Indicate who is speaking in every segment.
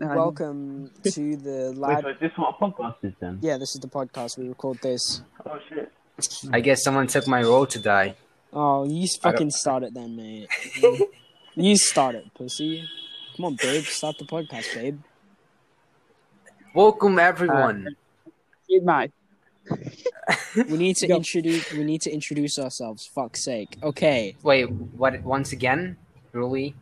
Speaker 1: Um,
Speaker 2: Welcome to the
Speaker 3: Wait,
Speaker 2: live.
Speaker 3: so is this what a podcast is then?
Speaker 2: Yeah, this is the podcast. We record this.
Speaker 3: Oh shit.
Speaker 1: I guess someone took my role today.
Speaker 2: Oh, you
Speaker 1: I don't-
Speaker 2: fucking start it then, mate. you start it, pussy. Come on, babe. Start the podcast, babe.
Speaker 1: Welcome everyone.
Speaker 4: Good mate.
Speaker 2: We need to
Speaker 4: Yo.
Speaker 2: introduce. We need to introduce ourselves. Fuck's sake. Okay,
Speaker 1: Wait, what? Once again, really?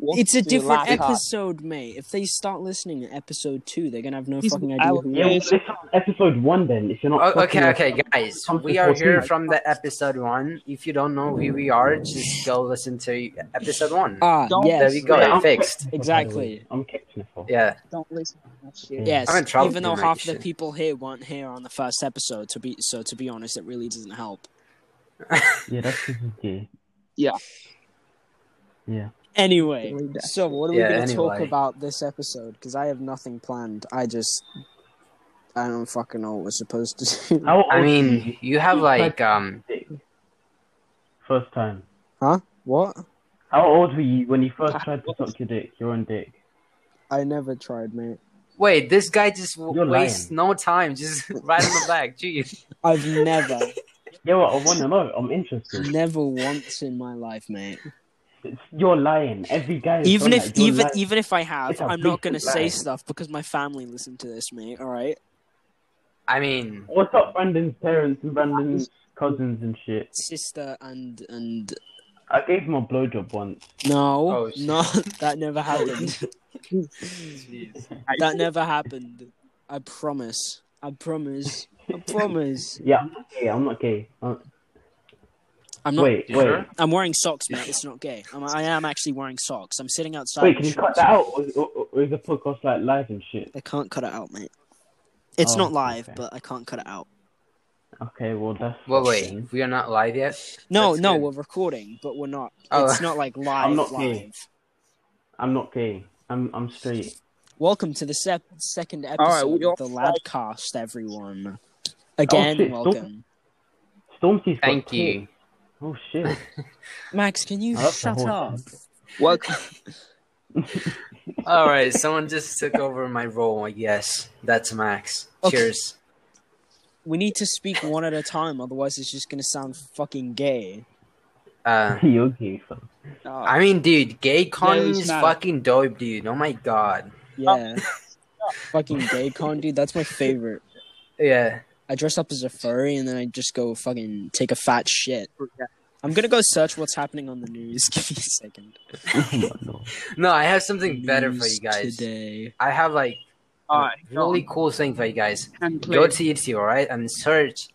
Speaker 2: it's a
Speaker 4: to your
Speaker 2: different
Speaker 4: laptop.
Speaker 2: episode, mate. If they start listening at episode two, they're gonna have no
Speaker 4: He's
Speaker 2: fucking
Speaker 4: out.
Speaker 2: idea who we
Speaker 3: Yeah,
Speaker 2: are.
Speaker 3: well, this is episode one then. If you're not.
Speaker 1: Oh,
Speaker 3: fucking-
Speaker 1: okay, okay, guys.
Speaker 3: Something
Speaker 1: We are here
Speaker 3: 14.
Speaker 1: from the episode one. If you don't know who we are, just go listen to episode one.
Speaker 2: Ah,
Speaker 4: Don't-
Speaker 2: yes,
Speaker 1: There we go.
Speaker 3: Yeah, I'm-
Speaker 1: Fixed.
Speaker 2: exactly.
Speaker 3: I'm catching it for.
Speaker 1: Yeah.
Speaker 4: Don't listen to that shit.
Speaker 3: Yeah.
Speaker 2: Yes,
Speaker 1: I'm in trouble
Speaker 2: even
Speaker 1: for
Speaker 2: though
Speaker 1: my
Speaker 2: half the
Speaker 1: shit.
Speaker 2: people here weren't here on the first episode. To be so, to be honest, it really doesn't help.
Speaker 3: Yeah, that's this is gay.
Speaker 4: Yeah.
Speaker 3: Yeah.
Speaker 2: Anyway,
Speaker 4: Read that.
Speaker 2: so what are we
Speaker 1: Yeah,
Speaker 2: going to talk
Speaker 1: anyway.
Speaker 2: about this episode? Because I have nothing planned. I just, I don't fucking know what we're supposed to do.
Speaker 3: How old
Speaker 1: I
Speaker 3: were
Speaker 1: mean,
Speaker 3: you
Speaker 1: you have like um.
Speaker 3: first time?
Speaker 2: Huh? What?
Speaker 3: How old were you when you first tried to suck your dick, your own dick?
Speaker 2: I never tried, mate.
Speaker 1: Wait, this guy just w-
Speaker 3: You're
Speaker 1: wastes no time, just right on the back. Jeez.
Speaker 2: I've never,
Speaker 3: Yeah, well, I want to know. I'm interested.
Speaker 2: never once in my life, mate.
Speaker 3: It's, you're lying. Every guy. Is
Speaker 2: Even
Speaker 3: done
Speaker 2: if,
Speaker 3: that. You're
Speaker 2: even,
Speaker 3: lying.
Speaker 2: even if I have,
Speaker 3: It's a
Speaker 2: I'm not going to
Speaker 3: big
Speaker 2: say
Speaker 3: lie.
Speaker 2: stuff because my family listened to this, mate. All right.
Speaker 1: I mean,
Speaker 3: What's up, Brandon's parents and Brandon's cousins and shit?
Speaker 2: Sister and and
Speaker 3: I gave him a blowjob once.
Speaker 2: no,
Speaker 1: Oh, shit.
Speaker 2: no,
Speaker 1: Oh,
Speaker 2: that never happened. That never happened. I promise. I promise. I promise.
Speaker 3: Yeah, I'm not gay. I'm not gay. Uh,
Speaker 2: I'm not.
Speaker 3: wait,
Speaker 1: You
Speaker 3: wait,
Speaker 1: sure?
Speaker 2: I'm wearing socks, mate. It's not gay. I'm, I am actually wearing socks. I'm sitting outside.
Speaker 3: wait.
Speaker 2: in
Speaker 3: Can you cut
Speaker 2: shorts.
Speaker 3: that out? Or, or, or is the podcast like live and shit?
Speaker 2: I can't cut it out, mate. It's
Speaker 3: Oh,
Speaker 2: not live,
Speaker 3: okay.
Speaker 2: but I can't cut it out.
Speaker 3: Okay, well that's.
Speaker 1: well,
Speaker 3: fine.
Speaker 1: wait, we are not live yet.
Speaker 2: No,
Speaker 1: That's
Speaker 2: no,
Speaker 1: good.
Speaker 2: we're recording, but we're not.
Speaker 1: Oh.
Speaker 2: It's not like live.
Speaker 3: I'm not
Speaker 2: live.
Speaker 3: gay. I'm not gay. I'm I'm straight.
Speaker 2: Welcome to the sep- second episode
Speaker 4: right, we
Speaker 2: of the Ladcast, everyone. Again,
Speaker 3: Oh, shit, stop.
Speaker 2: welcome.
Speaker 3: Stormzy's got
Speaker 1: Thank
Speaker 3: kids.
Speaker 1: you.
Speaker 3: Oh shit.
Speaker 2: Max, can you
Speaker 3: Oh, that's the
Speaker 2: shut
Speaker 3: whole
Speaker 2: up?
Speaker 4: Welcome.
Speaker 1: All right, someone just took over my role. I guess that's Max.
Speaker 2: Okay.
Speaker 1: Cheers.
Speaker 2: We need to speak one at a time, otherwise it's just gonna sound fucking gay.
Speaker 1: Uh,
Speaker 3: You're gay, fam.
Speaker 4: Oh,
Speaker 1: I mean, dude, gay con
Speaker 4: he's
Speaker 1: is
Speaker 4: not.
Speaker 1: fucking dope, dude. Oh my god.
Speaker 3: Oh.
Speaker 2: Yeah. fucking gay con, dude. That's my favorite.
Speaker 1: Yeah.
Speaker 2: I dress up as a furry and then I just go fucking take a fat shit. I'm gonna go search what's happening on the news. Give me a second.
Speaker 3: Oh, my lord.
Speaker 1: No, I have something better for
Speaker 2: News
Speaker 1: you guys.
Speaker 2: today.
Speaker 1: I have like
Speaker 4: all right.
Speaker 1: really cool thing for you guys.
Speaker 4: And
Speaker 1: Go
Speaker 4: please,
Speaker 1: to YouTube, all right, and search.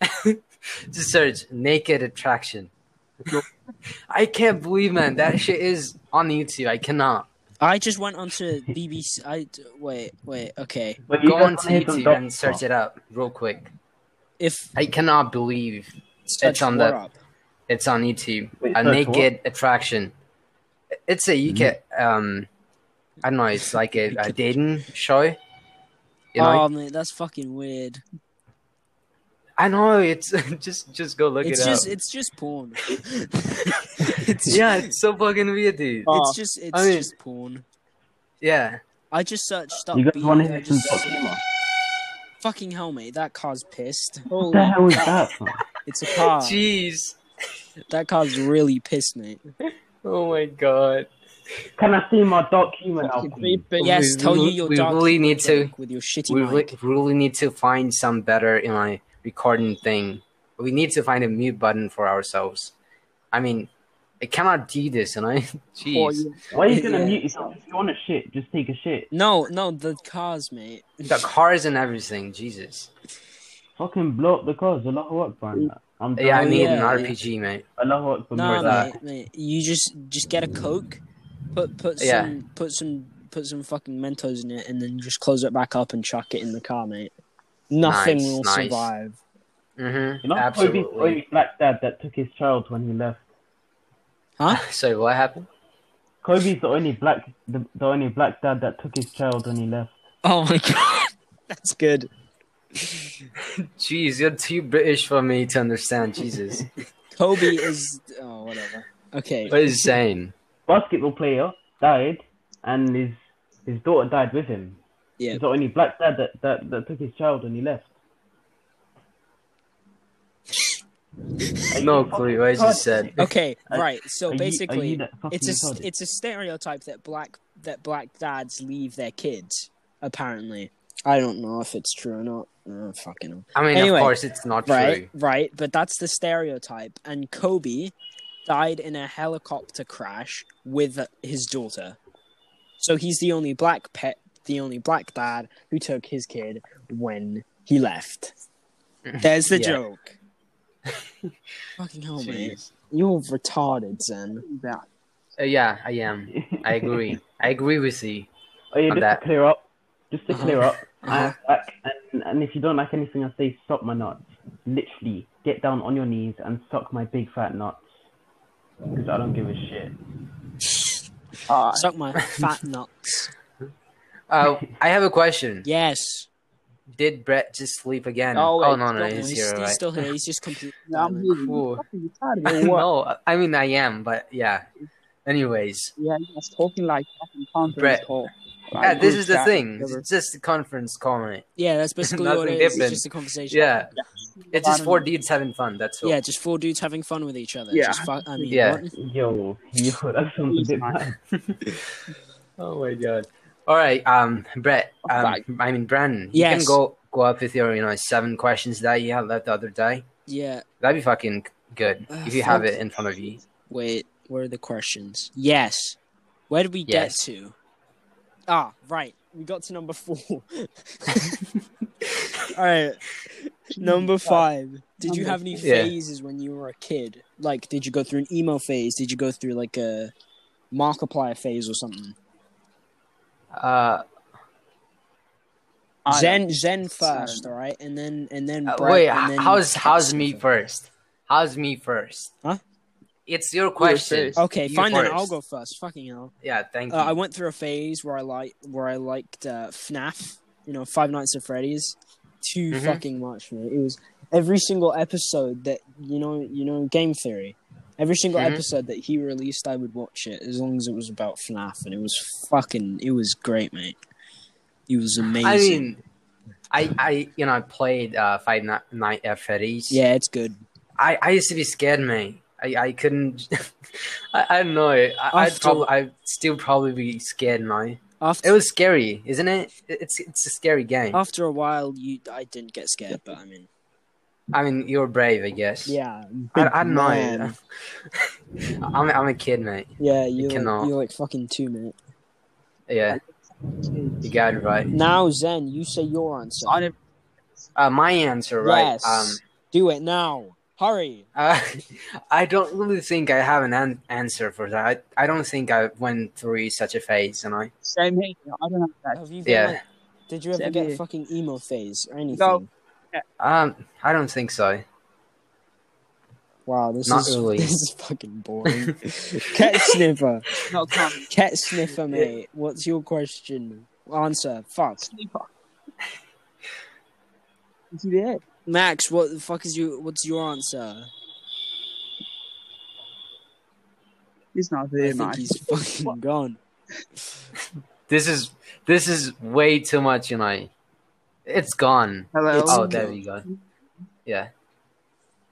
Speaker 1: just search naked attraction. I can't believe, man, that shit is on YouTube. I cannot.
Speaker 2: I just went onto BBC. I d- wait, wait. Okay,
Speaker 3: But you
Speaker 1: Go
Speaker 3: guys
Speaker 1: onto
Speaker 3: wanna hear some
Speaker 1: YouTube
Speaker 3: dog
Speaker 1: and search
Speaker 3: talk?
Speaker 1: it up real quick.
Speaker 2: if
Speaker 1: I cannot believe
Speaker 2: search
Speaker 1: on
Speaker 2: more
Speaker 1: the-
Speaker 2: up.
Speaker 1: it's on YouTube.
Speaker 3: Wait,
Speaker 1: a
Speaker 3: search
Speaker 1: naked attraction. It's a UK. Um, I don't know. It's like a, a dating show. You know,
Speaker 2: oh man, that's fucking weird.
Speaker 1: I know. It's just just go look
Speaker 2: it's
Speaker 1: it
Speaker 2: just
Speaker 1: up.
Speaker 2: it's just porn. it's Uh,
Speaker 1: yeah, it's so fucking weird, dude.
Speaker 4: Oh.
Speaker 2: it's just it's
Speaker 1: I mean-
Speaker 2: just porn.
Speaker 1: Yeah.
Speaker 2: I just searched stop.
Speaker 3: You guys
Speaker 2: being-
Speaker 3: want to
Speaker 2: I
Speaker 3: hear some
Speaker 2: just-
Speaker 3: dog humor?
Speaker 2: fucking hell, mate. That car's pissed.
Speaker 3: What the hell is that? fam?
Speaker 2: It's a car.
Speaker 1: Jeez.
Speaker 2: That car's really pissed, mate.
Speaker 1: Oh my god.
Speaker 3: Can I see my dog humor now?
Speaker 4: three
Speaker 3: please?
Speaker 4: big-
Speaker 2: Yes,
Speaker 1: we
Speaker 2: tell you
Speaker 1: re-
Speaker 2: your
Speaker 1: we
Speaker 2: dark
Speaker 1: really need
Speaker 2: humor
Speaker 1: to-
Speaker 2: joke with your shitty
Speaker 1: We
Speaker 2: mic.
Speaker 1: re- really need to find some better in my recording thing. We need to find a mute button for ourselves. I mean, I cannot do this, and I.
Speaker 4: for
Speaker 1: Jeez.
Speaker 4: you.
Speaker 3: Why are you gonna
Speaker 2: Yeah.
Speaker 3: mute yourself? If you want to shit, just take a shit.
Speaker 2: No, no, the cars, mate.
Speaker 1: The cars and everything, Jesus.
Speaker 3: Fucking blow up the cars. Allahu Akbar. man. I'm
Speaker 1: Yeah, I
Speaker 3: done.
Speaker 1: need
Speaker 2: Oh, yeah,
Speaker 1: an
Speaker 2: yeah.
Speaker 1: RPG, mate.
Speaker 3: Allahu Akbar.
Speaker 2: No,
Speaker 3: brother.
Speaker 2: mate,
Speaker 1: that.
Speaker 2: mate. You just just get a coke, put put some
Speaker 1: Yeah.
Speaker 2: put some put some fucking Mentos in it, and then just close it back up and chuck it in the car, mate. Nothing
Speaker 1: Nice,
Speaker 2: will
Speaker 1: nice.
Speaker 2: survive.
Speaker 1: Mm-hmm.
Speaker 3: You know, Absolutely.
Speaker 1: Absolutely.
Speaker 3: black dad that took his child when he left.
Speaker 1: So what happened?
Speaker 3: Kobe's the only black, the, the only black dad that took his child when he left.
Speaker 2: Oh my god, that's good.
Speaker 1: Jeez, you're too British for me to understand. Jesus,
Speaker 2: Kobe is oh whatever. Okay,
Speaker 1: what is saying?
Speaker 3: Basketball player died, and his His daughter died with him.
Speaker 2: Yeah.
Speaker 3: He's the only black dad that, that, that took his child and he left.
Speaker 1: No clue. I just said.
Speaker 2: Okay,
Speaker 3: Are-
Speaker 2: right. So
Speaker 3: Are you- are you
Speaker 2: basically,
Speaker 3: that fucking
Speaker 2: it's a s-
Speaker 3: retarded?
Speaker 2: it's a stereotype that black that black dads leave their kids. Apparently, I don't know if it's true or not. Oh, fucking hell.
Speaker 1: I mean,
Speaker 2: Anyway,
Speaker 1: of course, it's not
Speaker 2: right,
Speaker 1: true.
Speaker 2: right. But that's the stereotype. And Kobe died in a helicopter crash with his daughter. So he's the only black pet, the only black dad who took his kid when he left. There's the
Speaker 1: Yeah.
Speaker 2: joke. Fucking hell, man.
Speaker 1: Jeez.
Speaker 2: You're retarded, Zen.
Speaker 4: That.
Speaker 1: Uh, yeah, I am. I agree. I agree with you.
Speaker 3: Oh, yeah,
Speaker 1: on
Speaker 3: just
Speaker 1: that.
Speaker 3: to clear up, just to
Speaker 2: Uh-huh.
Speaker 3: clear up,
Speaker 2: Uh-huh.
Speaker 3: like, and, and if you don't like anything I say, suck my nuts. Literally, get down on your knees and suck my big fat nuts. Because I don't give a shit.
Speaker 4: Uh,
Speaker 2: Suck my fat nuts.
Speaker 1: Uh, I have a question.
Speaker 2: Yes.
Speaker 1: Did Brett just sleep again?
Speaker 4: No,
Speaker 1: oh
Speaker 4: wait,
Speaker 1: no, no,
Speaker 4: don't
Speaker 1: he's
Speaker 2: he's,
Speaker 1: here,
Speaker 2: he's
Speaker 1: right?
Speaker 2: still here. He's just completely.
Speaker 4: yeah, I'm
Speaker 2: silent.
Speaker 4: really
Speaker 1: Cool.
Speaker 4: fucking retarded. or what?
Speaker 1: no, I mean I am, but yeah. Anyways,
Speaker 4: Yeah, he was talking like fucking conference
Speaker 1: Brett.
Speaker 4: call. Like,
Speaker 1: yeah, this
Speaker 4: group
Speaker 1: is the
Speaker 4: chat,
Speaker 1: thing.
Speaker 4: whatever.
Speaker 1: It's just a conference comment.
Speaker 2: Yeah, that's basically what
Speaker 1: Nothing
Speaker 2: it is. It's
Speaker 1: different.
Speaker 2: just a conversation.
Speaker 1: Yeah, it's just
Speaker 4: Bottom-
Speaker 1: four dudes having fun. That's all.
Speaker 2: Yeah, just four dudes having fun with each other.
Speaker 4: Yeah.
Speaker 2: Just fu- I mean,
Speaker 1: Yeah.
Speaker 2: what-
Speaker 3: Yo, yo, that sounds a bit mad.
Speaker 1: Oh my god. All right, um, Brett. Um,
Speaker 4: Right.
Speaker 1: I mean Brandon. You
Speaker 2: Yes.
Speaker 1: can go go up with your you know seven questions that you had left the other day.
Speaker 2: Yeah.
Speaker 1: That'd be fucking good
Speaker 2: Uh,
Speaker 1: if you have
Speaker 2: fuck.
Speaker 1: it in front of you.
Speaker 2: Wait, where are the questions? Yes. Where did we
Speaker 1: Yes.
Speaker 2: get to? Ah, right. We got to number four. All right. Number five. Did you
Speaker 4: Number
Speaker 2: have any
Speaker 1: four. Yeah.
Speaker 2: phases when you were a kid? Like, did you go through an emo phase? Did you go through like a Markiplier phase or something?
Speaker 1: Uh,
Speaker 4: I
Speaker 2: Zen, Zen
Speaker 4: Sorry.
Speaker 2: first, all right, and then and then.
Speaker 1: uh,
Speaker 2: Brett,
Speaker 1: wait,
Speaker 2: and
Speaker 1: h-
Speaker 2: then
Speaker 1: how's how's me
Speaker 2: Christopher.
Speaker 1: first? How's me first?
Speaker 2: Huh?
Speaker 1: It's your question.
Speaker 4: first.
Speaker 2: Okay,
Speaker 1: You
Speaker 2: fine then.
Speaker 1: first.
Speaker 2: I'll go first. Fucking hell.
Speaker 1: Yeah, thank
Speaker 2: Uh,
Speaker 1: you.
Speaker 2: I went through a phase where I like where I liked uh, FNAF, you know, Five Nights at Freddy's, too
Speaker 1: Mhm.
Speaker 2: fucking much, man. It was every single episode that you know, you know, Game Theory. Every single
Speaker 1: Mhm.
Speaker 2: episode that he released, I would watch it as long as it was about FNAF, and it was fucking, it was great, mate. It was amazing.
Speaker 1: I mean, I, I, you know, I played uh, Five Ni- Night at Freddy's.
Speaker 2: yeah, it's good.
Speaker 1: I, I used to be scared, man. I, I couldn't. I, I don't know. I, I'd
Speaker 2: After-
Speaker 1: probably, I'd still probably be scared, man.
Speaker 2: After
Speaker 1: It was scary, isn't it? It- It's, it's a scary game.
Speaker 2: after a while, you, I didn't get scared, but I mean,
Speaker 1: I mean, you're brave, I guess.
Speaker 2: yeah,
Speaker 1: I, I don't know.
Speaker 2: Man.
Speaker 1: I'm, I'm a kid, mate.
Speaker 2: yeah, you like,
Speaker 1: cannot.
Speaker 2: you like fucking two, mate.
Speaker 1: Yeah, you got it right.
Speaker 2: Now, Zen, you say your answer.
Speaker 4: I never
Speaker 1: Uh, my answer, right? um,
Speaker 2: Yes. Do it now. Hurry.
Speaker 1: Uh, I don't really think I have an, an answer for that. I, I don't think I went through such a phase, and I
Speaker 4: same here. I don't have that.
Speaker 2: Have you been,
Speaker 1: yeah.
Speaker 2: like, did you ever
Speaker 4: Send
Speaker 2: get
Speaker 4: me-
Speaker 2: fucking emo phase or anything?
Speaker 4: No.
Speaker 1: Um, I don't think so.
Speaker 2: Wow, this
Speaker 1: Not
Speaker 2: is
Speaker 1: really.
Speaker 2: this is fucking boring. Cat sniffer.
Speaker 4: No, come
Speaker 2: Cat sniffer, mate. What's your question? Answer. Fuck.
Speaker 4: sleeper. Is he there?
Speaker 2: Max, what the fuck is your what's your answer?
Speaker 4: He's not
Speaker 2: I
Speaker 4: there,
Speaker 2: think
Speaker 4: mate.
Speaker 2: he's fucking gone.
Speaker 1: This is this is way too much, you know. It's gone.
Speaker 4: Hello,
Speaker 2: It's-
Speaker 1: Oh, there we go. Yeah.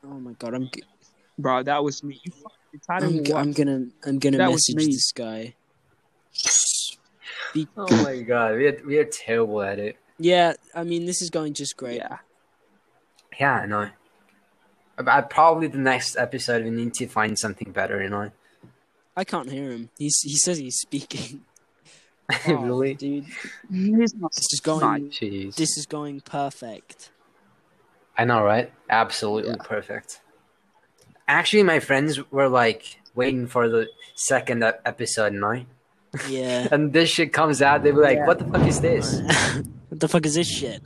Speaker 2: Oh my god, I'm g-
Speaker 4: bro. That was me. You fucking retarded.
Speaker 2: I'm,
Speaker 4: or
Speaker 2: g-
Speaker 4: what?
Speaker 2: I'm gonna I'm gonna
Speaker 4: That was
Speaker 2: message
Speaker 4: me.
Speaker 2: this guy. Be-
Speaker 1: Oh my god, we are, we are terrible at it.
Speaker 2: yeah, I mean this is going just great.
Speaker 4: Yeah.
Speaker 1: Yeah, I know. I, I probably the next episode we need to find something better, you know.
Speaker 2: I can't hear him. He's he says he's speaking. Oh,
Speaker 1: really?
Speaker 2: dude.
Speaker 4: He's not.
Speaker 2: This is going.
Speaker 4: Mate.
Speaker 1: Jeez.
Speaker 2: This is going perfect.
Speaker 1: I know, right? Absolutely perfect. Actually, my friends were like waiting for the second ep- episode, you know.
Speaker 2: Yeah.
Speaker 1: And this shit comes out, they were like,
Speaker 4: Yeah.
Speaker 1: "What the fuck is this?"
Speaker 2: what the fuck is this shit?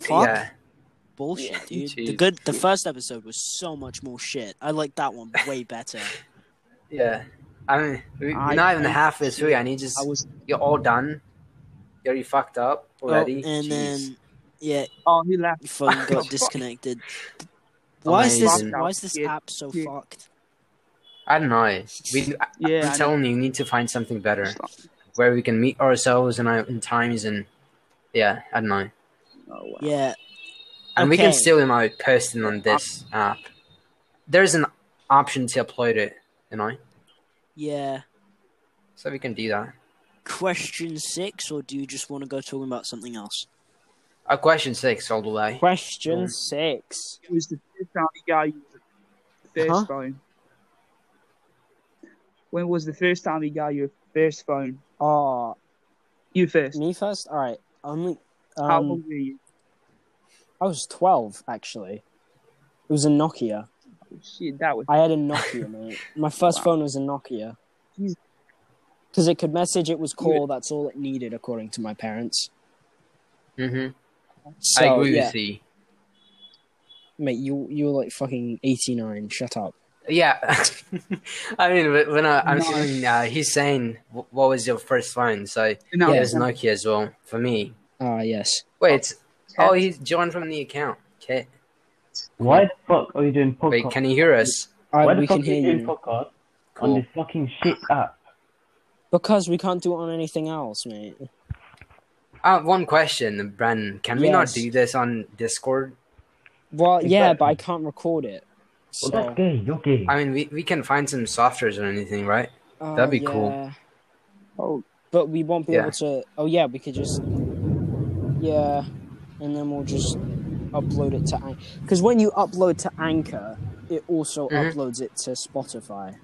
Speaker 2: Fuck
Speaker 1: Yeah.
Speaker 2: bullshit,
Speaker 1: Yeah,
Speaker 2: dude. The
Speaker 1: jeez.
Speaker 2: good. The first episode was so much more shit. I like that one way better.
Speaker 1: Yeah. I mean, we- we're
Speaker 4: I-
Speaker 1: not even
Speaker 4: I-
Speaker 1: halfway through, and you just
Speaker 4: I was.
Speaker 1: you're all done. You're you fucked up already.
Speaker 2: Oh, and
Speaker 1: Jeez.
Speaker 2: then yeah,
Speaker 4: Oh, he left.
Speaker 2: your phone got disconnected. Why is this?
Speaker 1: Amazing.
Speaker 2: Why is this
Speaker 4: Yeah.
Speaker 2: app so
Speaker 4: Yeah.
Speaker 2: fucked?
Speaker 1: I don't know. We, I-
Speaker 4: Yeah. I
Speaker 1: I'm telling you, you need to find something better.
Speaker 4: know.
Speaker 1: where we can meet ourselves and, our- and times and yeah, I don't know.
Speaker 4: Oh, wow.
Speaker 2: Yeah.
Speaker 1: And we can
Speaker 2: Okay.
Speaker 1: still am I posting on this app. There's an option to upload it, you know,
Speaker 2: Yeah.
Speaker 1: so we can do that.
Speaker 2: Question six, or do you just want to go talking about something else?
Speaker 1: Uh, question six all the way.
Speaker 2: Question
Speaker 1: Yeah.
Speaker 2: six.
Speaker 4: It was the first time he got you. The 1st
Speaker 2: Huh?
Speaker 4: phone. When was the first time he got your first phone?
Speaker 2: Oh,
Speaker 4: You first.
Speaker 2: me first. All right. Um,
Speaker 4: How
Speaker 2: um,
Speaker 4: old were you?
Speaker 2: I was twelve actually. It was a Nokia.
Speaker 4: Oh, shit, that was.
Speaker 2: I had a Nokia, mate. My first
Speaker 4: Wow.
Speaker 2: phone was a Nokia.
Speaker 4: Jesus.
Speaker 2: Because it could message, it was call. That's all it needed, according to my parents.
Speaker 1: hmm
Speaker 2: So,
Speaker 1: I agree
Speaker 2: yeah,
Speaker 1: with you.
Speaker 2: mate. You you were like fucking eighty nine. Shut up.
Speaker 1: Yeah, I mean, when- when I, I'm
Speaker 4: No.
Speaker 1: saying uh, he's saying, "Wh- "What was your first phone?" So
Speaker 4: No,
Speaker 1: yeah, it's Nokia as well for me.
Speaker 2: Ah yes.
Speaker 1: Wait, it's,
Speaker 4: Ted.
Speaker 1: oh, he's joined from the account. Okay,
Speaker 3: Why the fuck are you doing
Speaker 2: Oh,
Speaker 3: podcast?
Speaker 1: wait, can you hear us?
Speaker 2: All
Speaker 3: Why
Speaker 2: right,
Speaker 3: the
Speaker 2: we
Speaker 3: fuck
Speaker 2: can
Speaker 3: are
Speaker 2: hear
Speaker 3: you
Speaker 2: you
Speaker 3: doing
Speaker 2: now.
Speaker 3: podcast on
Speaker 1: Cool.
Speaker 3: this fucking shit app?
Speaker 2: because we can't do it on anything else, mate.
Speaker 1: Uh, one question, Brandon. Can we not
Speaker 2: Yes.
Speaker 1: do this on Discord?
Speaker 2: Well, yeah, but I
Speaker 3: Exactly.
Speaker 2: can't record it. So,
Speaker 3: Well, that's gay. You're gay.
Speaker 1: I mean, we, we can find some softwares or anything, right?
Speaker 2: uh,
Speaker 1: that'd be cool.
Speaker 2: yeah.
Speaker 4: Oh,
Speaker 2: But we won't be
Speaker 1: Yeah.
Speaker 2: able to. Oh yeah, we could just. Yeah, and then we'll just upload it to because when you upload to Anchor, it also
Speaker 1: Mhm.
Speaker 2: uploads it to Spotify.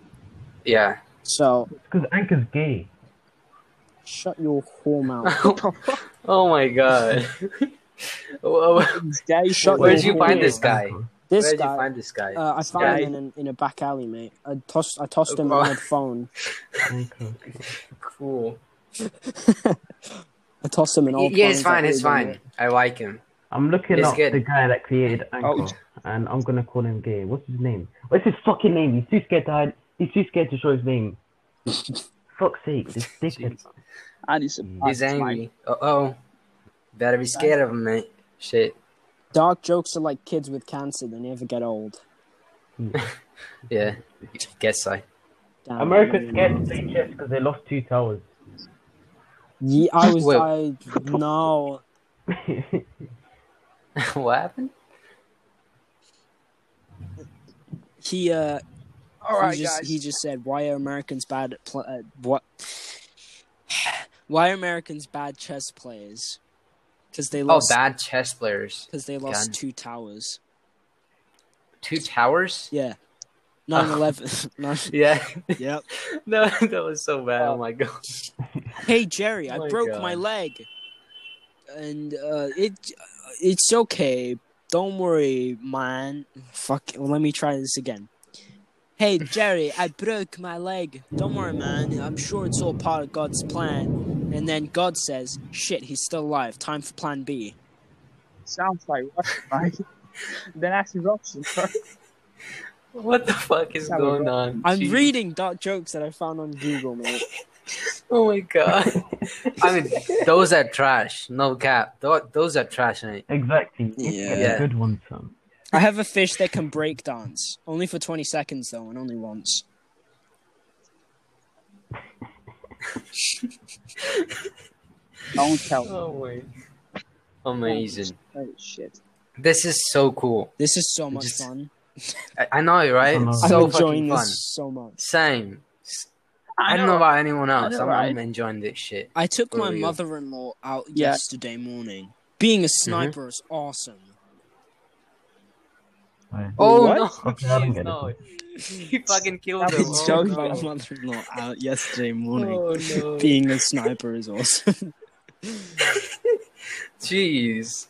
Speaker 1: Yeah.
Speaker 2: So
Speaker 3: Because Anchor's gay.
Speaker 2: shut your whore mouth.
Speaker 1: oh my god. Whoa, whoa.
Speaker 4: these guys.
Speaker 2: Shut
Speaker 1: Where'd
Speaker 2: your
Speaker 1: you
Speaker 2: whore
Speaker 1: find
Speaker 2: mouth.
Speaker 1: this guy?
Speaker 2: This
Speaker 1: Where'd
Speaker 2: guy,
Speaker 1: you find this guy?
Speaker 2: uh, I found
Speaker 1: guy?
Speaker 2: him in, in a back alley, mate. I tossed I tossed him
Speaker 1: Oh.
Speaker 2: on my phone.
Speaker 3: Anchor.
Speaker 1: cool.
Speaker 2: I tossed him in all.
Speaker 1: Yeah,
Speaker 2: kinds of
Speaker 1: it's fine. It's
Speaker 2: Uber,
Speaker 1: fine.
Speaker 2: mate.
Speaker 1: I like him.
Speaker 3: I'm looking
Speaker 1: It's
Speaker 3: up
Speaker 1: good.
Speaker 3: the guy that created Anchor,
Speaker 4: Oh, it's-
Speaker 3: and I'm gonna call him gay. What's his name? What's his fucking name? He's too scared to hide. He's too scared to show his name. Fuck's sake, this dickhead.
Speaker 4: I need some.
Speaker 1: He's angry. Uh oh. Better be scared of him, mate. Shit.
Speaker 2: Dark jokes are like kids with cancer; they never get old.
Speaker 1: Yeah. Guess so.
Speaker 2: Damn, man.
Speaker 3: America's scared to play chess because they lost two towers.
Speaker 2: Ye- I was.
Speaker 1: Wait.
Speaker 2: I no.
Speaker 1: what happened?
Speaker 2: He uh.
Speaker 4: All right,
Speaker 2: he just,
Speaker 4: guys.
Speaker 2: He just said, "Why are Americans bad at pl- uh, what? Why are Americans bad chess players? Because they
Speaker 1: Oh,
Speaker 2: lost.
Speaker 1: bad chess players.
Speaker 2: Because they lost
Speaker 1: God.
Speaker 2: two towers.
Speaker 1: Two towers?
Speaker 2: Yeah, nine eleven. Nine.
Speaker 1: Yeah.
Speaker 2: Yep.
Speaker 1: no, that was so bad. Oh my god.
Speaker 2: Hey Jerry, I
Speaker 1: Oh my
Speaker 2: broke
Speaker 1: God.
Speaker 2: my leg, and uh, it it's okay. Don't worry, man. Fuck. Let me try this again. Hey Jerry, I broke my leg. Don't worry, man. I'm sure it's all part of God's plan. And then God says, "Shit, he's still alive. Time for Plan B."
Speaker 4: Sounds like Russian, right? then that's his option. bro.
Speaker 1: What the fuck is
Speaker 4: That was
Speaker 1: going on?
Speaker 2: I'm
Speaker 1: Jeez.
Speaker 2: reading dark jokes that I found on Google, mate.
Speaker 1: Oh my god. I mean, those are trash. No cap. Those, those are trash, mate.
Speaker 3: exactly. Yeah.
Speaker 2: Yeah.
Speaker 3: good one, son.
Speaker 2: I have a fish that can break dance, only for 20 seconds though, and only once.
Speaker 4: Don't tell me.
Speaker 1: Oh my. Amazing.
Speaker 4: Oh, shit.
Speaker 1: This is so cool.
Speaker 2: This is so much
Speaker 1: Just-
Speaker 2: fun.
Speaker 1: I, I know, right?
Speaker 3: I know.
Speaker 1: It's
Speaker 3: I'm
Speaker 1: so
Speaker 2: I'm enjoying
Speaker 1: fucking
Speaker 2: this
Speaker 1: fun.
Speaker 2: so much.
Speaker 1: Same. S- I, don't know about anyone else.
Speaker 4: know,
Speaker 1: I'm,
Speaker 4: right?
Speaker 1: I'm enjoying this shit.
Speaker 2: I took
Speaker 1: Where
Speaker 2: my
Speaker 1: were you?
Speaker 2: mother in law out
Speaker 4: Yeah.
Speaker 2: yesterday morning. Being a sniper is awesome.
Speaker 3: Right.
Speaker 1: Oh
Speaker 4: What?
Speaker 1: no!
Speaker 3: Fucking
Speaker 1: Jeez,
Speaker 3: hell.
Speaker 1: no. He fucking killed
Speaker 4: That
Speaker 1: him.
Speaker 4: was
Speaker 1: Oh,
Speaker 4: so
Speaker 1: no.
Speaker 2: my mother in law out yesterday morning.
Speaker 1: Oh, no.
Speaker 2: Being a sniper is awesome.
Speaker 1: Jeez.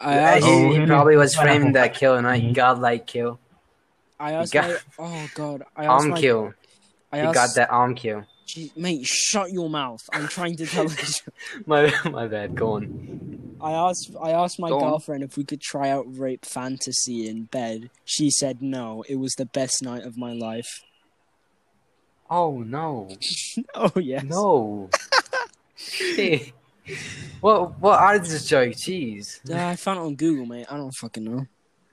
Speaker 2: I
Speaker 1: Yeah,
Speaker 2: asked,
Speaker 3: Oh,
Speaker 1: he, he
Speaker 3: really?
Speaker 1: probably was framing that
Speaker 3: Pineapple.
Speaker 1: kill and I
Speaker 3: Mhm.
Speaker 1: godlike kill.
Speaker 2: I asked
Speaker 1: got-
Speaker 2: my, oh god, I asked
Speaker 1: Arm
Speaker 2: my,
Speaker 1: kill.
Speaker 2: I
Speaker 1: He
Speaker 2: asked,
Speaker 1: got that arm kill.
Speaker 2: Gee, mate, shut your mouth. I'm trying to tell you.
Speaker 1: My my bad. Go on.
Speaker 2: I asked I asked my
Speaker 4: Go on.
Speaker 2: girlfriend if we could try out rape fantasy in bed. She said no. It was the best night of my life.
Speaker 1: Oh no.
Speaker 2: Oh yes.
Speaker 1: No. Shit. What what are these jokes? Jeez.
Speaker 2: Uh, I found it on Google, mate. I don't fucking know.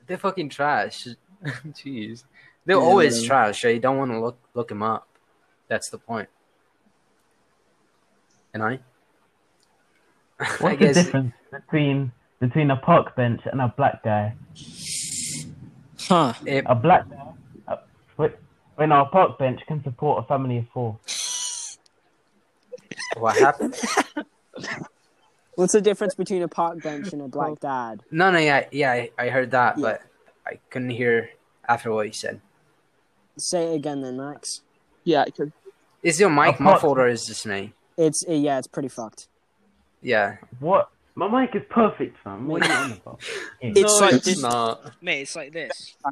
Speaker 1: They're fucking trash. Jeez. They're
Speaker 2: Yeah,
Speaker 1: always
Speaker 2: whatever.
Speaker 1: trash. So you don't want to look look them up. That's the point. and I. I
Speaker 3: What's the
Speaker 1: guess
Speaker 3: difference between between a park bench and a black guy?
Speaker 2: Huh.
Speaker 1: it,
Speaker 3: A black guy, uh, wait, when our park bench can support a family of four.
Speaker 1: what happened?
Speaker 2: What's the difference between a park bench and a black dad?
Speaker 1: No, no, yeah, yeah, I, I heard that,
Speaker 2: Yeah.
Speaker 1: but I couldn't hear after what you said.
Speaker 2: Say it again then, Max.
Speaker 4: Yeah, because
Speaker 1: Is your mic
Speaker 3: Of course.
Speaker 1: muffled or is this me?
Speaker 2: It's uh, yeah, it's pretty fucked.
Speaker 1: Yeah,
Speaker 3: What? My mic is perfect, fam. What are you on about? Yeah.
Speaker 2: It's
Speaker 1: no,
Speaker 2: like
Speaker 1: it's
Speaker 2: this-
Speaker 1: not.
Speaker 2: Mate, it's like this.
Speaker 1: Oh,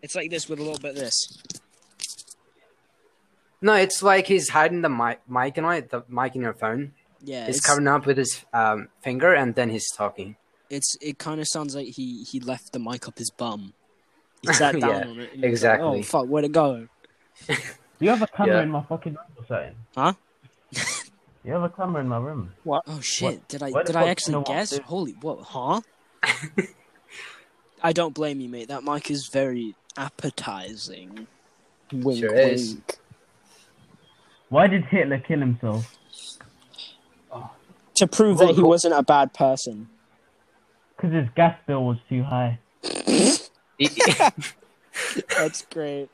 Speaker 2: It's like this with a little bit of this.
Speaker 1: No, it's like he's hiding the mic, mic in it, the mic in your phone.
Speaker 2: Yeah,
Speaker 1: He's
Speaker 2: it's,
Speaker 1: covering up with his um, finger, and then he's talking.
Speaker 2: it's it kind of sounds like he he left the mic up his bum. He sat down
Speaker 1: Yeah,
Speaker 2: on it. and he was like,
Speaker 1: exactly.
Speaker 2: oh fuck, where'd it go?
Speaker 3: Do you have a camera
Speaker 1: Yeah.
Speaker 3: in my fucking room or something?
Speaker 2: Huh?
Speaker 3: You have a camera in my room.
Speaker 2: Oh shit! Did I
Speaker 3: where the
Speaker 2: did
Speaker 3: fuck
Speaker 2: I
Speaker 3: do you know
Speaker 2: actually
Speaker 3: what
Speaker 2: guess?
Speaker 3: this-
Speaker 2: Holy what? Huh? I don't blame you, mate. That mic is very appetizing. Wink,
Speaker 1: Sure
Speaker 2: wink.
Speaker 1: is.
Speaker 3: Why did Hitler kill himself?
Speaker 2: To prove
Speaker 1: Who-
Speaker 2: that he
Speaker 1: who-
Speaker 2: wasn't a bad person.
Speaker 3: Because his gas bill was too high. Oh
Speaker 2: That's great.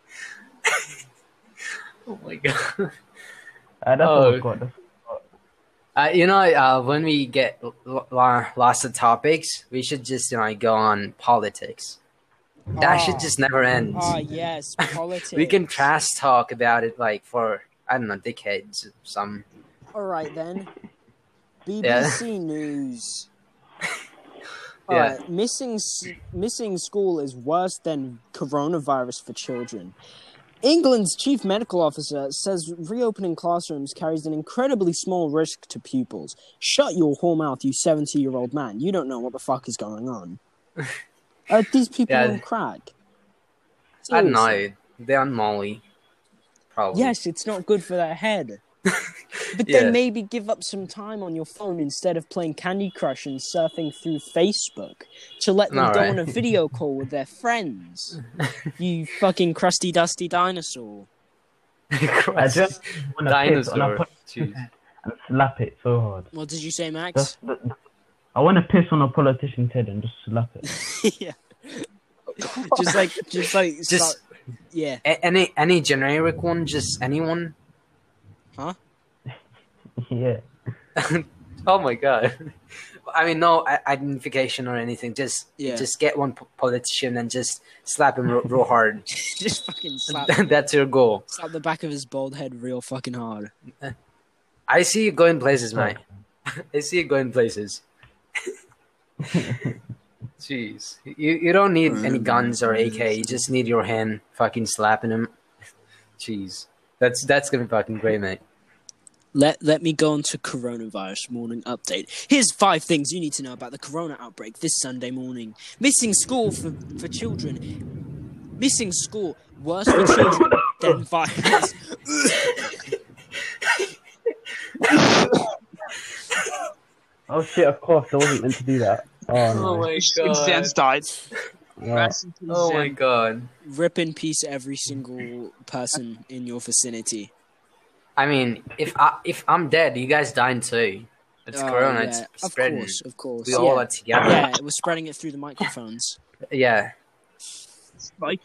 Speaker 1: oh my god.
Speaker 3: Uh, that's
Speaker 1: Oh.
Speaker 3: all I've got. That's-
Speaker 1: Uh, you know, uh, when we get l- l- lots of topics, we should just you know go on politics. That
Speaker 2: Oh.
Speaker 1: should just never end.
Speaker 2: Ah, yes, politics.
Speaker 1: we can trash talk about it like for I don't know decades. or Some
Speaker 2: All right then. BBC News. All
Speaker 1: Yeah.
Speaker 2: right, missing s- missing school is worse than coronavirus for children. England's chief medical officer says reopening classrooms carries an incredibly small risk to pupils. Shut your whore mouth, you 70 year old man. You don't know what the fuck is going on. Are these people
Speaker 1: Yeah.
Speaker 2: on crack?
Speaker 1: I don't
Speaker 2: Seriously.
Speaker 1: know. They're on Molly, probably.
Speaker 2: Yes, it's not good for their head. but
Speaker 1: Yeah.
Speaker 2: then maybe give up some time on your phone instead of playing Candy Crush and surfing through Facebook to let them
Speaker 1: All
Speaker 2: go
Speaker 1: right.
Speaker 2: on a video call with their friends. you fucking crusty dusty dinosaur.
Speaker 3: I
Speaker 1: Christ.
Speaker 3: just want to piss on a
Speaker 1: dinosaur.
Speaker 3: pot
Speaker 1: Jeez.
Speaker 3: and slap it so hard.
Speaker 2: What did you say, Max?
Speaker 3: That's, that, I want to piss on a politician's head and just slap it.
Speaker 2: yeah. just like, just like,
Speaker 1: Just
Speaker 2: start- yeah.
Speaker 1: a- any any generic one, just anyone.
Speaker 3: yeah.
Speaker 1: Oh my god! I mean, no i- identification or anything. Just
Speaker 2: Yeah.
Speaker 1: just get one p- politician and just slap him real, real hard.
Speaker 2: Just fucking slap,
Speaker 1: That's your goal.
Speaker 2: slap the back of his bald head real fucking hard.
Speaker 1: I see you going places, mate. I see you going places. Jeez, you you don't need
Speaker 2: Mm.
Speaker 1: any guns or AK. You just need your hand fucking slapping him. Jeez, that's that's gonna be fucking great, mate.
Speaker 2: Let let me go on to coronavirus morning update. Here's five things you need to know about the corona outbreak this Sunday morning. Missing school for, for children. Missing school worse for children than virus.
Speaker 3: Oh shit! Of course, I wasn't meant to do that. Oh, no.
Speaker 4: Zen's died.
Speaker 3: No.
Speaker 4: Rest in peace,
Speaker 1: Oh my
Speaker 4: Zen.
Speaker 1: god.
Speaker 2: Rip in peace every single person in your vicinity.
Speaker 1: I mean, if I if I'm dead, you guys dying too. It's
Speaker 2: Oh,
Speaker 1: corona.
Speaker 2: yeah.
Speaker 1: It's spreading.
Speaker 2: Of course, of course.
Speaker 1: We
Speaker 2: yeah.
Speaker 1: all are together.
Speaker 2: yeah, it was spreading it through the microphones.
Speaker 1: Yeah.
Speaker 4: Like,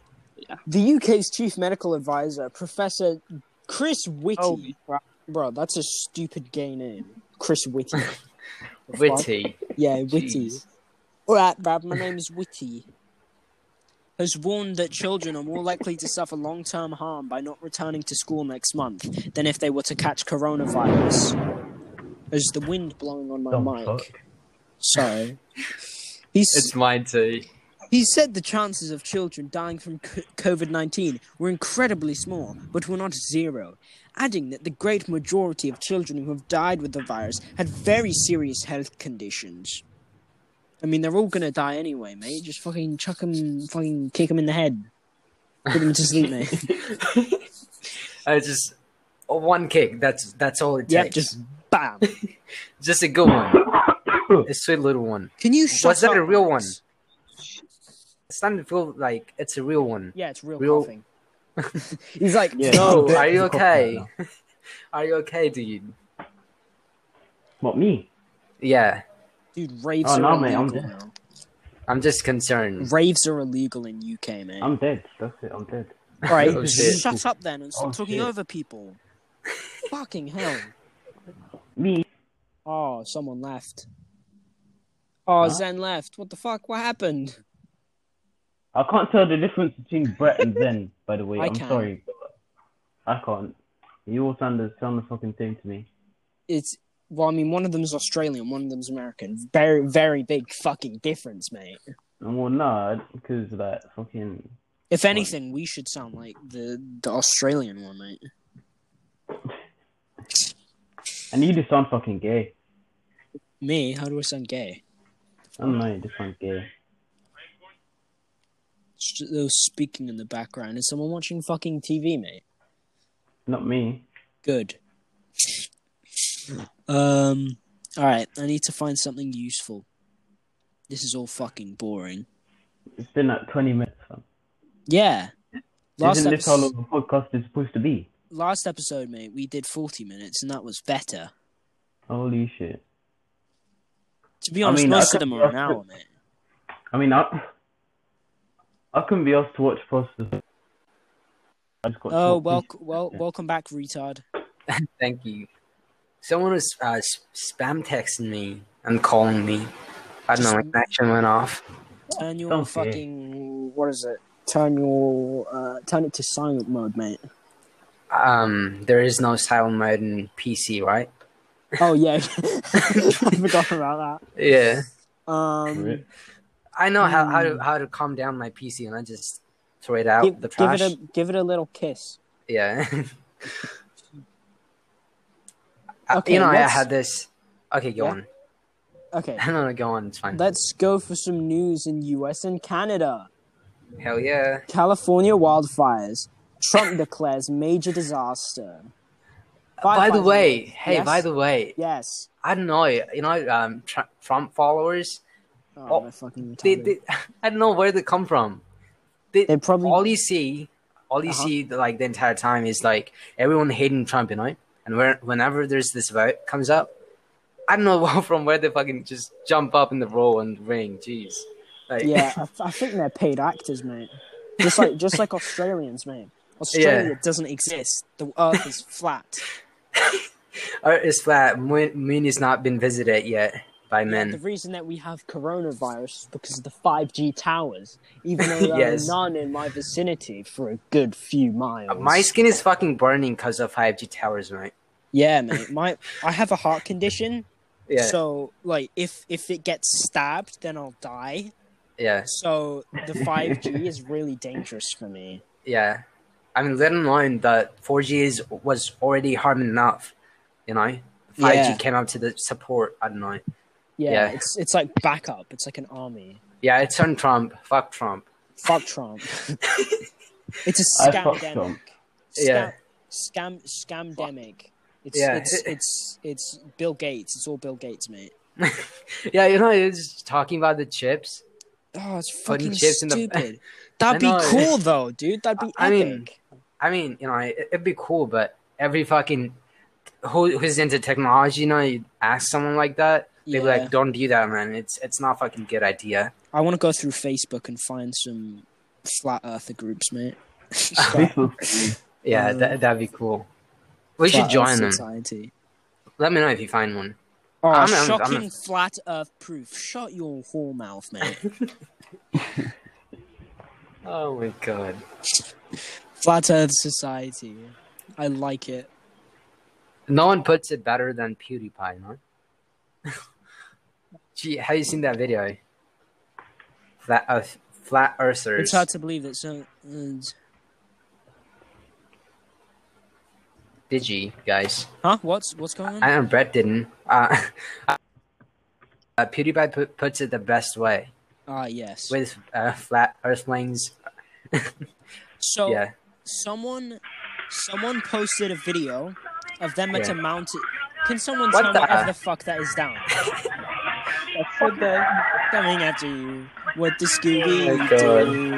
Speaker 2: The UK's chief medical advisor, Professor Chris Whitty.
Speaker 4: holy Oh, crap.
Speaker 2: Bro, that's a stupid gay name. Chris Whitty.
Speaker 1: Witty.
Speaker 2: Yeah, Witty.
Speaker 1: Jeez.
Speaker 2: All right, Brad, my name is Witty. Has warned that children are more likely to suffer long term harm by not returning to school next month than if they were to catch coronavirus. There's the wind blowing on my
Speaker 3: Don't
Speaker 2: mic.
Speaker 3: fuck.
Speaker 2: Sorry. He's,
Speaker 1: It's mine too.
Speaker 2: he said the chances of children dying from COVID 19 were incredibly small, but were not zero, adding that the great majority of children who have died with the virus had very serious health conditions. I mean, they're all gonna die anyway, mate. Just fucking chuck them, fucking kick them in the head. Put them to sleep, mate.
Speaker 1: I just oh, one kick. That's that's all it
Speaker 2: yep,
Speaker 1: takes.
Speaker 2: just bam.
Speaker 1: just a good one. a sweet little one.
Speaker 2: Can you shut
Speaker 1: Was that
Speaker 2: up,
Speaker 1: a real
Speaker 2: Alex?
Speaker 1: one? It's starting to feel like it's a real one.
Speaker 2: Yeah, it's real,
Speaker 1: Real-
Speaker 2: coughing. He's like,
Speaker 3: Yeah.
Speaker 2: no.
Speaker 1: No, are you
Speaker 3: It's a coughing
Speaker 1: okay?
Speaker 3: now.
Speaker 1: are you okay, dude?
Speaker 3: What me?
Speaker 1: Yeah,
Speaker 2: Dude, raves
Speaker 3: Oh,
Speaker 2: are
Speaker 3: no, mate, I'm
Speaker 2: illegal
Speaker 3: dead.
Speaker 2: now.
Speaker 1: I'm just concerned.
Speaker 2: Raves are illegal in UK, mate.
Speaker 3: I'm dead. That's it. I'm dead.
Speaker 2: All right,
Speaker 1: Oh, shit.
Speaker 2: shut up then and stop
Speaker 3: Oh,
Speaker 2: talking
Speaker 3: shit.
Speaker 2: over people. Fucking hell.
Speaker 3: Me.
Speaker 2: Oh, someone left. Oh,
Speaker 3: Huh?
Speaker 2: Zen left. What the fuck? What happened?
Speaker 3: I can't tell the difference between Brett and Zen. By the way,
Speaker 2: I
Speaker 3: I'm
Speaker 2: can.
Speaker 3: sorry. I can't. You all sound the sound the fucking same to me.
Speaker 2: It's well, I mean, one of them's Australian, one of them's American. Very, very big fucking difference, mate.
Speaker 3: Well, nah, because that fucking
Speaker 2: If anything, we should sound like the the Australian one, mate.
Speaker 3: I need to sound fucking gay.
Speaker 2: Me? How do I sound gay?
Speaker 3: I don't know. You just sound gay.
Speaker 2: It's just Those speaking in the background. Is someone watching fucking TV, mate?
Speaker 3: Not me.
Speaker 2: Good. Um. All right. I need to find something useful. This is all fucking boring.
Speaker 3: It's been like 20 minutes. fam.
Speaker 2: Yeah.
Speaker 3: Isn't this
Speaker 2: epis-
Speaker 3: how long the podcast is supposed to be?
Speaker 2: last episode, mate, we did 40 minutes, and that was better.
Speaker 3: Holy shit.
Speaker 2: To be
Speaker 3: I
Speaker 2: honest,
Speaker 3: mean, I
Speaker 2: most of
Speaker 3: could-
Speaker 2: them are an hour, mate.
Speaker 3: I mean, I I couldn't be asked to watch past the. I just got
Speaker 2: Oh,
Speaker 3: talked
Speaker 2: well,
Speaker 3: into-
Speaker 2: well, welcome back, retard.
Speaker 1: Thank you. Someone was uh, s- spam texting me and calling me. I don't know. My connection went off.
Speaker 2: Turn your
Speaker 3: Okay.
Speaker 2: fucking what is it? Turn your uh, turn it to silent mode, mate.
Speaker 1: Um, there is no silent mode in PC, right?
Speaker 2: Oh yeah, I forgot about
Speaker 1: Yeah.
Speaker 2: that. Um,
Speaker 3: Correct.
Speaker 1: I know how, how to
Speaker 2: Hmm.
Speaker 1: how to calm down my PC, and I just throw it out
Speaker 2: give,
Speaker 1: the
Speaker 2: give
Speaker 1: trash.
Speaker 2: it a give it a little kiss.
Speaker 1: Yeah. I-
Speaker 2: Okay,
Speaker 1: you know, I
Speaker 2: let's-
Speaker 1: had this. Okay, go
Speaker 2: Yeah?
Speaker 1: on.
Speaker 2: Okay,
Speaker 1: I don't know. Go on. It's fine.
Speaker 2: let's go for some news in U.S. and Canada.
Speaker 1: Hell yeah.
Speaker 2: California wildfires. Trump declares major disaster.
Speaker 1: By the
Speaker 2: Firefighters-
Speaker 1: way, hey,
Speaker 2: Yes?
Speaker 1: by the way,
Speaker 2: yes.
Speaker 1: I don't know. You know, um, Tr- Trump followers.
Speaker 2: Oh,
Speaker 1: Oh,
Speaker 2: they're fucking
Speaker 1: They,
Speaker 2: retarded.
Speaker 1: they, I don't know where they come from. They,
Speaker 2: They probably
Speaker 1: all you see, all you
Speaker 2: Uh-huh.
Speaker 1: see, like the entire time is like everyone hating Trump, you know. And where, whenever there's this vote comes up, I don't know from where they fucking just jump up in the row and ring. Jeez. Like,
Speaker 2: yeah, I, th- I think they're paid actors, mate. Just like just like Australians, mate. Australia
Speaker 1: Yeah.
Speaker 2: doesn't exist. The Earth is flat.
Speaker 1: Earth is flat. Moon, moon has not been visited yet by
Speaker 2: The
Speaker 1: men.
Speaker 2: reason that we have coronavirus is because of the five G towers. Even though there
Speaker 1: Yes. Uh,
Speaker 2: are none in my vicinity for a good few miles.
Speaker 1: My skin is fucking burning because of 5G towers, mate.
Speaker 2: yeah, mate. My I have a heart condition,
Speaker 1: Yeah,
Speaker 2: so like if if it gets stabbed, then I'll die.
Speaker 1: yeah,
Speaker 2: So the five G is really dangerous for me.
Speaker 1: yeah. I mean, let alone that 4G is was already harm enough, you know. 5G
Speaker 2: Yeah.
Speaker 1: came up to the support. I don't know.
Speaker 2: Yeah,
Speaker 1: Yeah.
Speaker 2: it's it's like backup. It's like an army.
Speaker 1: Yeah, it's on Trump. Fuck Trump.
Speaker 2: Fuck Trump. it's a
Speaker 3: I fucked
Speaker 2: scamdemic.
Speaker 3: Trump.
Speaker 2: Scam,
Speaker 1: Yeah.
Speaker 2: Scam scamdemic. It's
Speaker 1: Yeah.
Speaker 2: it's it's it's Bill Gates. It's all Bill Gates, mate.
Speaker 1: Yeah, you know, it's talking about the chips.
Speaker 2: Oh, it's
Speaker 1: Putting
Speaker 2: fucking
Speaker 1: chips in the-
Speaker 2: stupid.
Speaker 1: I
Speaker 2: That'd be
Speaker 1: know.
Speaker 2: cool though, dude. That'd be
Speaker 1: I- I
Speaker 2: epic.
Speaker 1: mean- I mean, you know, it, it'd be cool, but every fucking who who's into technology, you know, you ask someone like that, they'd be
Speaker 2: Yeah.
Speaker 1: like, "Don't do that, man. It's it's not fucking good idea."
Speaker 2: I want to go through Facebook and find some flat earther groups, mate.
Speaker 3: Facebook.
Speaker 1: Yeah,
Speaker 2: Mm.
Speaker 1: that that'd be cool. We should
Speaker 2: Flat Earth
Speaker 1: join them.
Speaker 2: Society.
Speaker 1: Let me know if you find one.
Speaker 2: Oh,
Speaker 1: I'm- I'm- I'm-
Speaker 2: shocking flat earth proof. Shut your whore mouth, mate.
Speaker 1: Oh my god.
Speaker 2: flat earth society. I like it.
Speaker 1: No one puts it better than PewDiePie, no? Gee, have you seen that video? Flat Earth, flat Earthers.
Speaker 2: It's hard to believe that so. Uh,
Speaker 1: Did you guys?
Speaker 2: Huh? What's what's going on?
Speaker 1: I know Brett didn't. Uh, uh, PewDiePie put, puts it the best way
Speaker 2: Ah, yes.
Speaker 1: with uh, flat Earthlings.
Speaker 2: so
Speaker 1: yeah,
Speaker 2: someone, someone posted a video of them at
Speaker 1: Yeah.
Speaker 2: a mountain. Can someone
Speaker 1: What
Speaker 2: tell
Speaker 1: the-
Speaker 2: me whatever the fuck that is down?
Speaker 4: What the?
Speaker 2: Coming after you. What the Scooby
Speaker 1: Oh my God.
Speaker 2: Doo?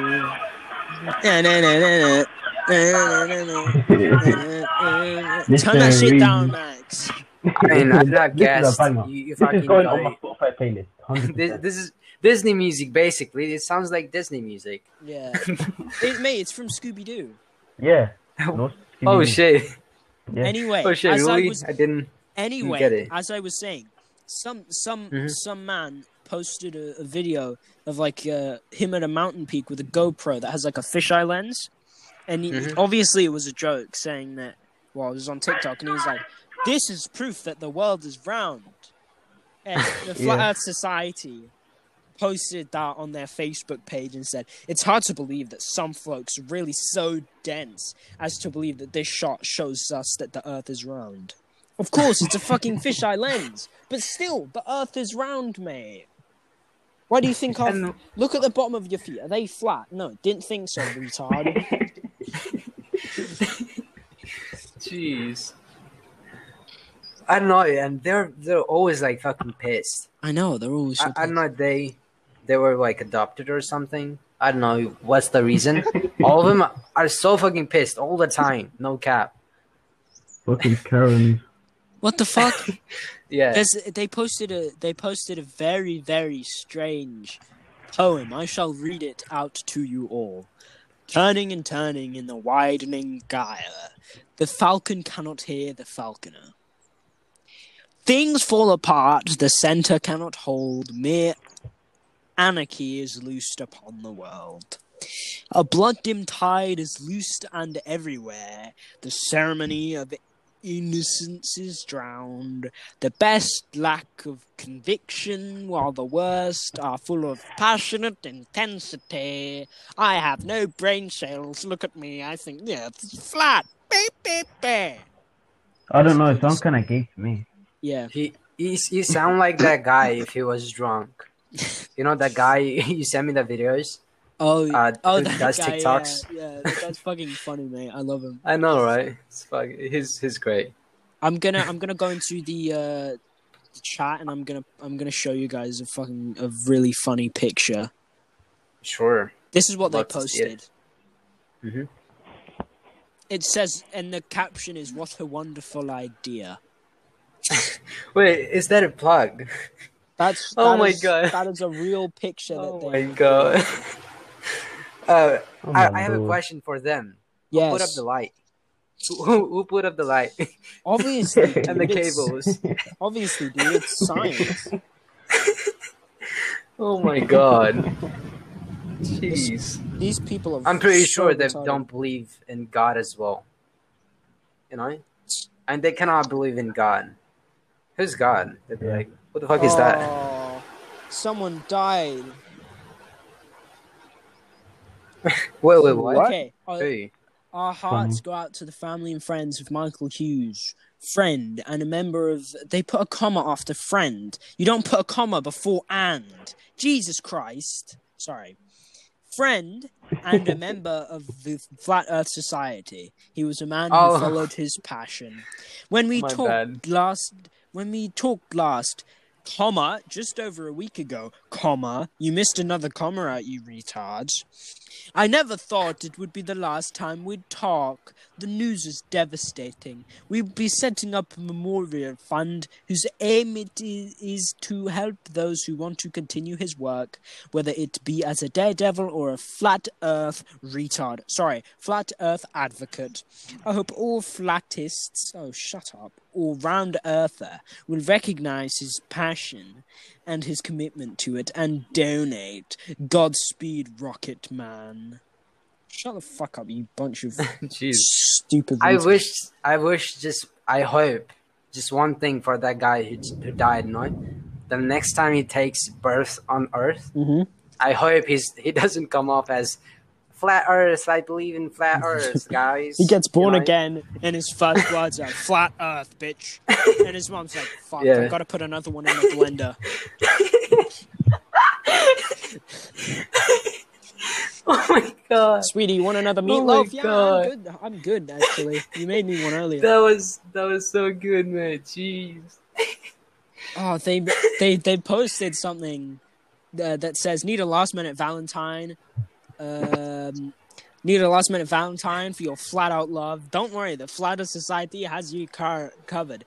Speaker 2: Na, na, na, na, na. Na, na, na, na, na. Na, na, na, na.
Speaker 3: This
Speaker 2: Turn that
Speaker 3: is
Speaker 2: shit down,
Speaker 3: really-
Speaker 2: Max.
Speaker 1: I mean, I'm not
Speaker 3: This is a
Speaker 1: guessed.
Speaker 3: banger.
Speaker 1: You, you
Speaker 3: This is
Speaker 1: fucking
Speaker 3: going
Speaker 1: got
Speaker 3: on my
Speaker 1: it.
Speaker 3: Spotify playlist. 100%.
Speaker 1: this, this is Disney music, basically. It sounds like Disney music.
Speaker 2: Yeah, it, mate, it's from Scooby Doo.
Speaker 3: yeah. No,
Speaker 1: oh
Speaker 3: Scooby-Doo.
Speaker 1: shit!
Speaker 3: Yeah.
Speaker 2: Anyway,
Speaker 1: Oh shit!
Speaker 2: Mm-hmm. as I
Speaker 1: Really?
Speaker 2: was
Speaker 1: I didn't.
Speaker 2: Anyway,
Speaker 1: get it.
Speaker 2: as I was saying, some some
Speaker 1: Mhm.
Speaker 2: some man posted a, a video of like uh, him at a mountain peak with a GoPro that has like a fisheye lens, and he,
Speaker 1: Mhm.
Speaker 2: obviously it was a joke saying that. Well, it was on TikTok, and he was like, "This is proof that the world is round." And the Flat
Speaker 3: Yeah.
Speaker 2: Earth Society posted that on their Facebook page and said, "It's hard to believe that some folks are really so dense as to believe that this shot shows us that the Earth is round." Of course, it's a fucking fisheye lens, but still, the Earth is round, mate. Why do you think I
Speaker 1: And-
Speaker 2: look at the bottom of your feet? Are they flat? No, didn't think so, retard.
Speaker 1: Jeez. I don't know, and they're they're always like fucking pissed.
Speaker 2: I know they're always.
Speaker 1: I, I don't know they they were like adopted or something. I don't know what's the reason. All of them are so fucking pissed all the time. No cap.
Speaker 3: Fucking Karen.
Speaker 2: What the fuck?
Speaker 1: Yeah.
Speaker 2: There's, they posted a they posted a very very strange poem. I shall read it out to you all. Turning and turning in the widening gyre, the falcon cannot hear the falconer. Things fall apart, the center cannot hold. Mere anarchy is loosed upon the world. A blood dim tide is loosed and everywhere. The ceremony of innocence is drowned the best lack of conviction, while the worst are full of passionate intensity. I have no brain cells. Look at me. I think the earth is flat. Beep, beep, beep.
Speaker 3: I don't know. It sounds kind of gay to me.
Speaker 2: Yeah.
Speaker 1: He he he sound like that guy if he was drunk. You know that guy you sent me the videos.
Speaker 2: Oh,
Speaker 1: Uh,
Speaker 2: oh,
Speaker 1: who
Speaker 2: that
Speaker 1: does
Speaker 2: guy,
Speaker 1: TikToks?
Speaker 2: Yeah, yeah that guy's fucking funny, mate. I love him.
Speaker 1: I know, right? It's fuck. He's he's great.
Speaker 2: I'm gonna, I'm gonna go into the, uh, the chat, and I'm gonna, I'm gonna show you guys a fucking, a really funny picture.
Speaker 1: Sure.
Speaker 2: This is what they
Speaker 1: Love to see
Speaker 2: posted.
Speaker 1: it. Mhm.
Speaker 2: It says, and the caption is, "What a wonderful idea."
Speaker 1: Wait, is that a plug?
Speaker 2: That's
Speaker 1: Oh
Speaker 2: that
Speaker 1: my
Speaker 2: is-
Speaker 1: God.
Speaker 2: that is a real picture.
Speaker 1: Oh
Speaker 2: that
Speaker 1: my
Speaker 2: they,
Speaker 1: god. Uh,
Speaker 3: Oh
Speaker 1: I,
Speaker 3: my
Speaker 1: I have a
Speaker 3: lord.
Speaker 1: question for them.
Speaker 2: Yes,
Speaker 1: Put up the light. Who, who- who put up the light
Speaker 2: obviously,
Speaker 1: and the
Speaker 2: dude, it's-
Speaker 1: cables?
Speaker 2: Obviously, dude, it's science.
Speaker 1: Oh my god. Jeez.
Speaker 2: These people are.
Speaker 1: I'm pretty
Speaker 2: so
Speaker 1: sure they
Speaker 2: retarded.
Speaker 1: don't believe in God as well. You know? And they cannot believe in God. Who's God? They'd be
Speaker 3: Yeah.
Speaker 1: like, what the fuck is that?
Speaker 2: Oh, Someone died.
Speaker 1: Wait, wait, what?
Speaker 2: Okay. uh,
Speaker 1: Hey.
Speaker 2: Our hearts go out to the family and friends of Michael Hughes, friend and a member of. They put a comma after friend. You don't put a comma before and. Jesus Christ. Sorry. Friend and a member of the Flat Earth Society. He was a man
Speaker 1: Oh.
Speaker 2: who followed his passion. When we
Speaker 1: My
Speaker 2: talked
Speaker 1: bad.
Speaker 2: last, when we talked last, comma just over a week ago, comma you missed another comma out, you retards. I never thought it would be the last time we'd talk. The news is devastating. We'll be setting up a memorial fund whose aim it i- is to help those who want to continue his work, whether it be as a daredevil or a flat earth retard. Sorry, flat earth advocate. I hope all flatists, oh, shut up, or round earther will recognize his passion and his commitment to it and donate. Godspeed, Rocket Man. Shut the fuck up, you bunch of
Speaker 1: Jeez.
Speaker 2: stupid.
Speaker 1: I
Speaker 2: retards.
Speaker 1: wish, I wish, just, I hope, just one thing for that guy who, who died, no? The next time he takes birth on Earth,
Speaker 2: Mhm.
Speaker 1: I hope he's he doesn't come off as flat Earth. I believe in flat Earth, guys.
Speaker 2: He gets born
Speaker 1: You know?
Speaker 2: again, and his first words are "flat Earth, bitch," and his mom's like, "Fuck,
Speaker 1: Yeah.
Speaker 2: I've got to put another one in the blender."
Speaker 1: Oh my god,
Speaker 2: Sweetie, you want another
Speaker 1: Oh my
Speaker 2: meatloaf? yeah,
Speaker 1: God.
Speaker 2: I'm good. I'm good actually. You made me one earlier.
Speaker 1: that was that was so good, man. Jeez.
Speaker 2: Oh, they they they posted something uh, that says need a last minute Valentine. Um, need a last minute Valentine for your flat out love. Don't worry, the Flat Earth Society has you car- covered.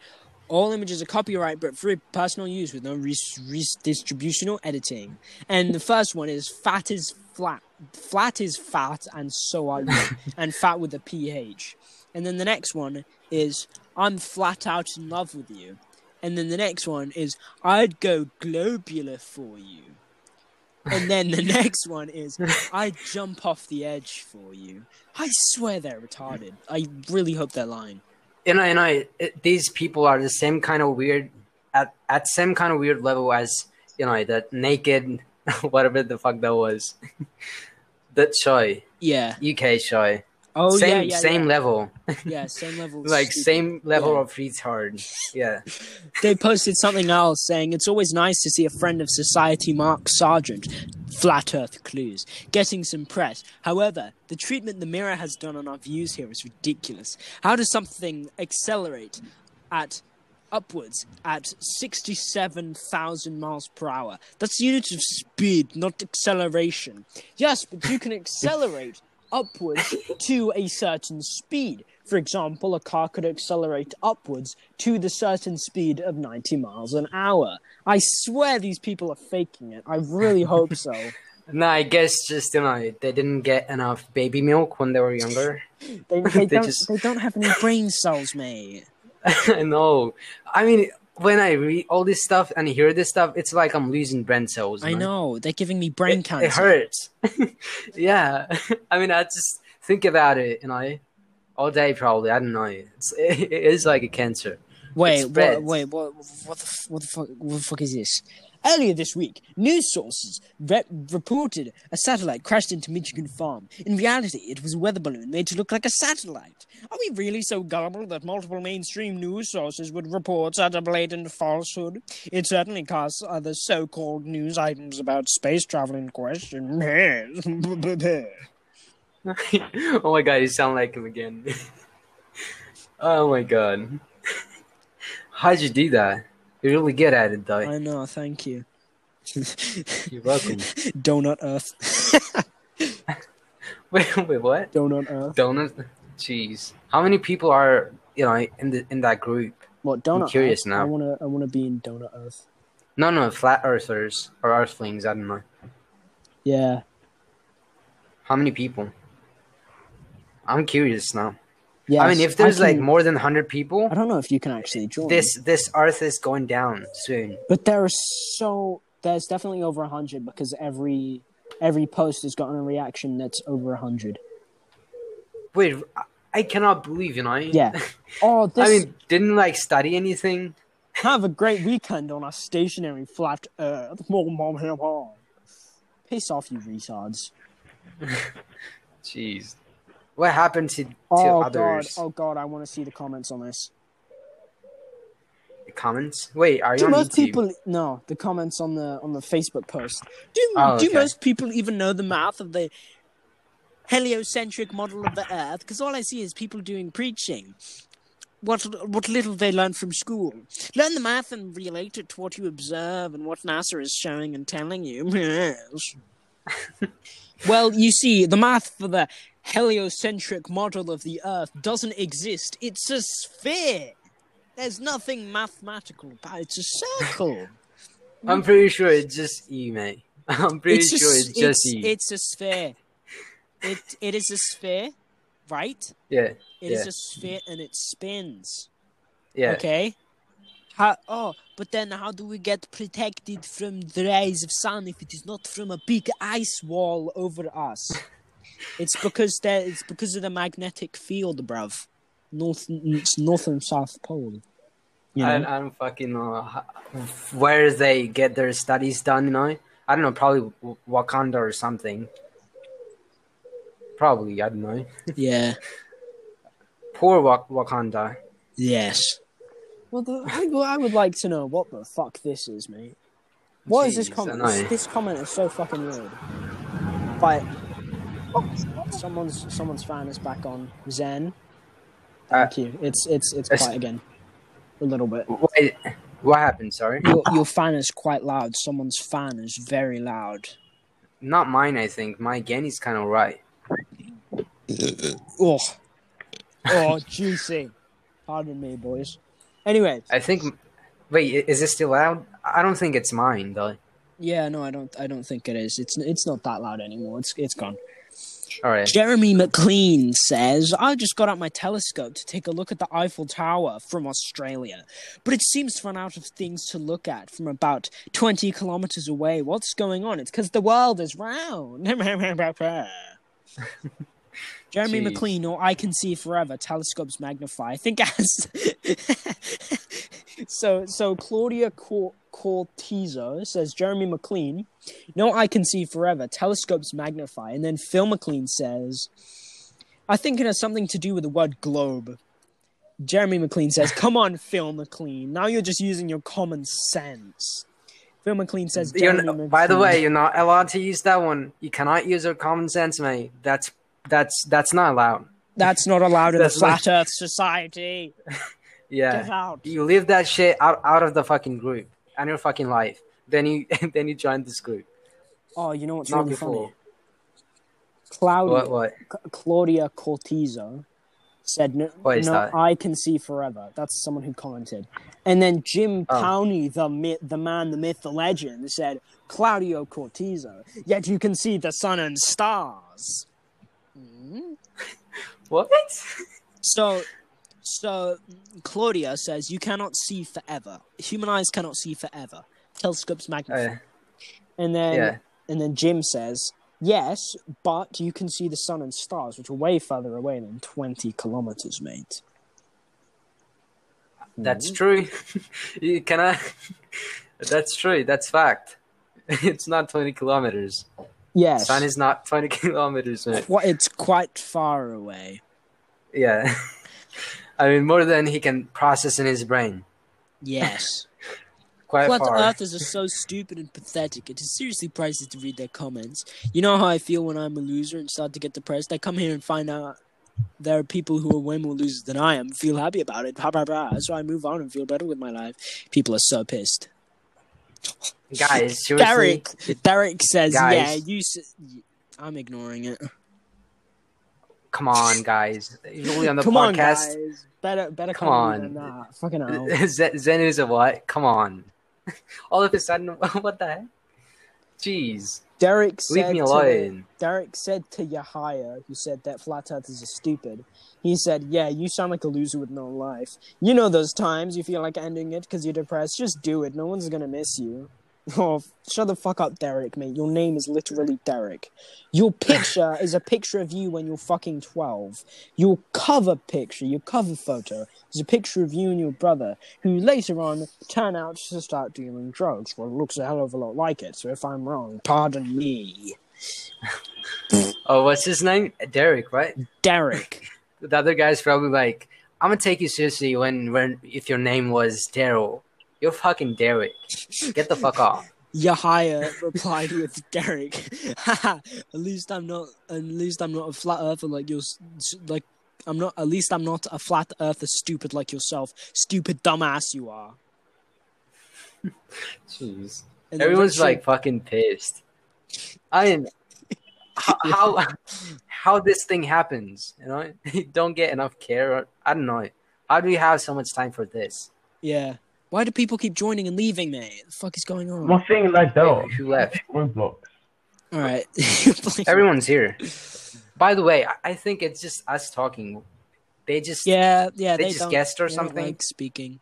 Speaker 2: All images are copyright but free personal use with no res- redistribution or editing. And the first one is fat is flat. Flat is fat and so are you. and fat with a PH. And then the next one is I'm flat out in love with you. And then the next one is I'd go globular for you. And then the next one is I'd jump off the edge for you. I swear they're retarded. I really hope they're lying.
Speaker 1: you know, you know, it, these people are the same kind of weird, at at same kind of weird level as you know that naked, whatever the fuck that was, that show,
Speaker 2: Yeah.
Speaker 1: UK show,
Speaker 2: Oh
Speaker 1: same
Speaker 2: yeah, yeah,
Speaker 1: same
Speaker 2: yeah.
Speaker 1: level,
Speaker 2: yeah, same level. of
Speaker 1: like
Speaker 2: stupid.
Speaker 1: same level
Speaker 2: Yeah.
Speaker 1: of retard. Yeah,
Speaker 2: They posted something else saying it's always nice to see a friend of society, Mark Sargent, Flat Earth Clues, getting some press. However, the treatment the Mirror has done on our views here is ridiculous. How does something accelerate at upwards at 67,000 miles per hour? That's units of speed, not acceleration. Yes, but you can accelerate upwards to a certain speed. For example, a car could accelerate upwards to the certain speed of 90 miles an hour. I swear these people are faking it. I really hope so.
Speaker 1: no, I guess just you know they didn't get enough baby milk when they were younger.
Speaker 2: They, they,
Speaker 1: They
Speaker 2: don't,
Speaker 1: just-
Speaker 2: they don't have any brain cells, mate.
Speaker 1: I know. I mean, when I read all this stuff and hear this stuff, it's like I'm losing brain cells.
Speaker 2: I
Speaker 1: man.
Speaker 2: know. They're giving me brain
Speaker 1: it,
Speaker 2: cancer.
Speaker 1: it hurts. yeah. I mean, I just think about it, you know, all day probably. I don't know. It's, it is like a cancer.
Speaker 2: Wait,
Speaker 1: It
Speaker 2: what,
Speaker 1: spreads.
Speaker 2: wait, what, what, the, f- what the fuck, what the fuck is this? Earlier this week, news sources re- reported a satellite crashed into Michigan Farm. In reality, it was a weather balloon made to look like a satellite. Are we really so gullible that multiple mainstream news sources would report such a blatant falsehood? It certainly casts other so-called news items about space travel in question.
Speaker 1: oh my god, you sound like him again. oh my god. How'd you do that? You're really good at it, though.
Speaker 2: I know, thank you.
Speaker 1: You're welcome.
Speaker 2: Donut Earth.
Speaker 1: wait, wait, what?
Speaker 2: Donut Earth.
Speaker 1: Donut? Jeez. How many people are, you know, in, the, in that group?
Speaker 2: What donut? Earth?
Speaker 1: curious now.
Speaker 2: I wanna, I wanna be in donut Earth.
Speaker 1: No, no, flat earthers or earthlings. I don't know.
Speaker 2: Yeah,
Speaker 1: How many people? I'm curious now.
Speaker 2: yeah.
Speaker 1: I mean, if there's like
Speaker 2: can-
Speaker 1: more than 100 people,
Speaker 2: I don't know if you can actually join
Speaker 1: this this earth is going down soon.
Speaker 2: but there are so there's definitely over a hundred because every every post has gotten a reaction that's over a hundred.
Speaker 1: Wait, I- I cannot believe, you know?
Speaker 2: Yeah. Oh, this
Speaker 1: I mean, didn't like study anything.
Speaker 2: have a great weekend on our stationary flat Earth. Mom, mom, mom, mom. Piss off, you retards!
Speaker 1: Jeez. What happened to, to
Speaker 2: Oh
Speaker 1: others?
Speaker 2: god, oh god, I want to see the comments on this.
Speaker 1: The comments? Wait, are you
Speaker 2: Do
Speaker 1: on
Speaker 2: most
Speaker 1: YouTube?
Speaker 2: people no the comments on the on the Facebook post? Do
Speaker 1: Oh,
Speaker 2: do
Speaker 1: okay.
Speaker 2: most people even know the math of the heliocentric model of the Earth? Because all I see is people doing preaching. What what little they learn from school. Learn the math and relate it to what you observe and what NASA is showing and telling you. Yes. well, you see, the math for the heliocentric model of the Earth doesn't exist. It's a sphere. There's nothing mathematical about it. It's a circle.
Speaker 1: I'm pretty sure it's just E, mate. I'm pretty
Speaker 2: a
Speaker 1: sure
Speaker 2: s-
Speaker 1: it's just
Speaker 2: it's,
Speaker 1: E.
Speaker 2: it's a sphere. It it is a sphere, right?
Speaker 1: Yeah,
Speaker 2: It is
Speaker 1: Yeah.
Speaker 2: a sphere and it spins.
Speaker 1: yeah.
Speaker 2: Okay. How, oh, but then how do we get protected from the rays of sun if it is not from a big ice wall over us? it's because there. It's because of the magnetic field, bruv. North, it's north and south pole. You know?
Speaker 1: I, I don't fucking know ho- where they get their studies done. You know, I don't know, probably W- Wakanda or something. Probably, I don't know.
Speaker 2: yeah.
Speaker 1: Poor Wak- Wakanda.
Speaker 2: Yes. Well, the, I, well, I would like to know what the fuck this is, mate. What is this
Speaker 1: Jeez, I
Speaker 2: comment?
Speaker 1: know.
Speaker 2: This, this comment is so fucking weird. But someone's someone's fan is back on Zen. Thank you. It's it's it's
Speaker 1: Uh, it's-
Speaker 2: quiet again, a little bit.
Speaker 1: Wait, what happened? Sorry,
Speaker 2: Your your fan is quite loud. Someone's fan is very loud.
Speaker 1: not mine. I think my gain is kind of right.
Speaker 2: Oh, oh, juicy. Pardon me, boys. Anyway,
Speaker 1: I think. Wait, i- is this still loud? I don't think it's mine though.
Speaker 2: yeah, no, I don't. I don't think it is. It's it's not that loud anymore. It's it's gone.
Speaker 1: All right.
Speaker 2: Jeremy McLean says, I just got out my telescope to take a look at the Eiffel Tower from Australia, but it seems to run out of things to look at from about 20 kilometers away. What's going on? It's because the world is round. Jeremy
Speaker 1: Jeez.
Speaker 2: McLean, or I Can See Forever, telescopes magnify. I think as. so, so Claudia Cor- Cortizo says, Jeremy McLean. No, I can see forever. Telescopes magnify. And then Phil McLean says, I think it has something to do with the word globe. Jeremy McLean says, Come on, Phil McLean. Now you're just using your common sense. Phil McLean says,
Speaker 1: You're
Speaker 2: Jeremy
Speaker 1: n- by the
Speaker 2: McLean-
Speaker 1: way, you're not allowed to use that one. You cannot use your common sense, mate. That's that's that's not allowed.
Speaker 2: that's not allowed in the
Speaker 1: That's not-
Speaker 2: Flat Earth Society. Get
Speaker 1: Yeah,
Speaker 2: out.
Speaker 1: you leave that shit out, out of the fucking group and your fucking life. Then you then you join this group.
Speaker 2: Oh, you know what's
Speaker 1: Not
Speaker 2: really
Speaker 1: before.
Speaker 2: funny? Claudia,
Speaker 1: What what?
Speaker 2: C- Claudia Cortizo said, "No,
Speaker 1: What is
Speaker 2: no,
Speaker 1: that?
Speaker 2: I can see forever." That's someone who commented, and then Jim
Speaker 1: Oh.
Speaker 2: Powney, the myth, the man, the myth, the legend, said, "Claudio Cortizo, yet you can see the sun and stars."
Speaker 4: Mm-hmm.
Speaker 2: Hmm?
Speaker 1: What?
Speaker 2: So, so Claudia says, "You cannot see forever. Human eyes cannot see forever. Telescopes magnify."
Speaker 1: Uh,
Speaker 2: And then
Speaker 1: yeah.
Speaker 2: and then Jim says, Yes, but you can see the sun and stars, which are way further away than 20 kilometers, mate. Hmm.
Speaker 1: That's true. you cannot. That's true. That's fact. It's not 20 kilometers.
Speaker 2: Yes.
Speaker 1: Sun is not 20 kilometers. Mate.
Speaker 2: Qui- it's quite far away.
Speaker 1: Yeah. I mean, more than he can process in his brain.
Speaker 2: Yes.
Speaker 1: Quite
Speaker 2: Flat
Speaker 1: far.
Speaker 2: earthers are so stupid and pathetic. It is seriously priceless to read their comments. You know how I feel when I'm a loser and start to get depressed? I come here and find out there are people who are way more losers than I am, feel happy about it, blah, blah, blah. So I move on and feel better with my life. People are so pissed.
Speaker 1: Guys, seriously.
Speaker 2: Derek. Derek says,
Speaker 1: Guys.
Speaker 2: "Yeah, you." S- I'm ignoring it.
Speaker 1: Come on, guys. Usually on the
Speaker 2: Come on,
Speaker 1: podcast,
Speaker 2: guys. Better, better
Speaker 1: Come
Speaker 2: come
Speaker 1: on.
Speaker 2: on. Than that. Fucking hell.
Speaker 1: Z- Zen is a what? Come on. All of a sudden, what the heck? Jeez.
Speaker 2: Derek said
Speaker 1: Leave me
Speaker 2: to-
Speaker 1: alone.
Speaker 2: Derek said to Yahya, who said that flat earthers are stupid. He said, "Yeah, you sound like a loser with no life. You know those times you feel like ending it because you're depressed. Just do it. No one's gonna miss you." Oh, f- shut the fuck up, Derek, mate. Your name is literally Derek. Your picture is a picture of you when you're fucking 12. Your cover picture, your cover photo, is a picture of you and your brother, who later on turn out to start dealing drugs. Well, it looks a hell of a lot like it, so if I'm wrong, pardon me.
Speaker 1: Oh, what's his name? Derek, right?
Speaker 2: Derek.
Speaker 1: The other guy's probably like, I'm gonna take you seriously when, when if your name was Daryl. You're fucking Derek. Get the fuck off.
Speaker 2: Yahya replied with Derek. Haha, at least I'm not. At least I'm not a flat earther like you. Like I'm not. At least I'm not a flat earther stupid like yourself. Stupid dumbass you are.
Speaker 1: Jeez.
Speaker 2: And then
Speaker 1: Everyone's
Speaker 2: Richard-
Speaker 1: like fucking pissed. I am how, how how this thing happens, you know? You don't get enough care. Or, I don't know. How do you have so much time for this?
Speaker 2: yeah. Why do people keep joining and leaving, mate? The fuck is going on?
Speaker 3: One thing like that.
Speaker 1: Who left?
Speaker 3: Roblox.
Speaker 2: All right.
Speaker 1: Everyone's here. By the way, I- I think it's just us talking. They just
Speaker 2: Yeah, yeah.
Speaker 1: they,
Speaker 2: They,
Speaker 1: just
Speaker 2: don't,
Speaker 1: guessed or
Speaker 2: they don't
Speaker 1: something.
Speaker 2: like speaking.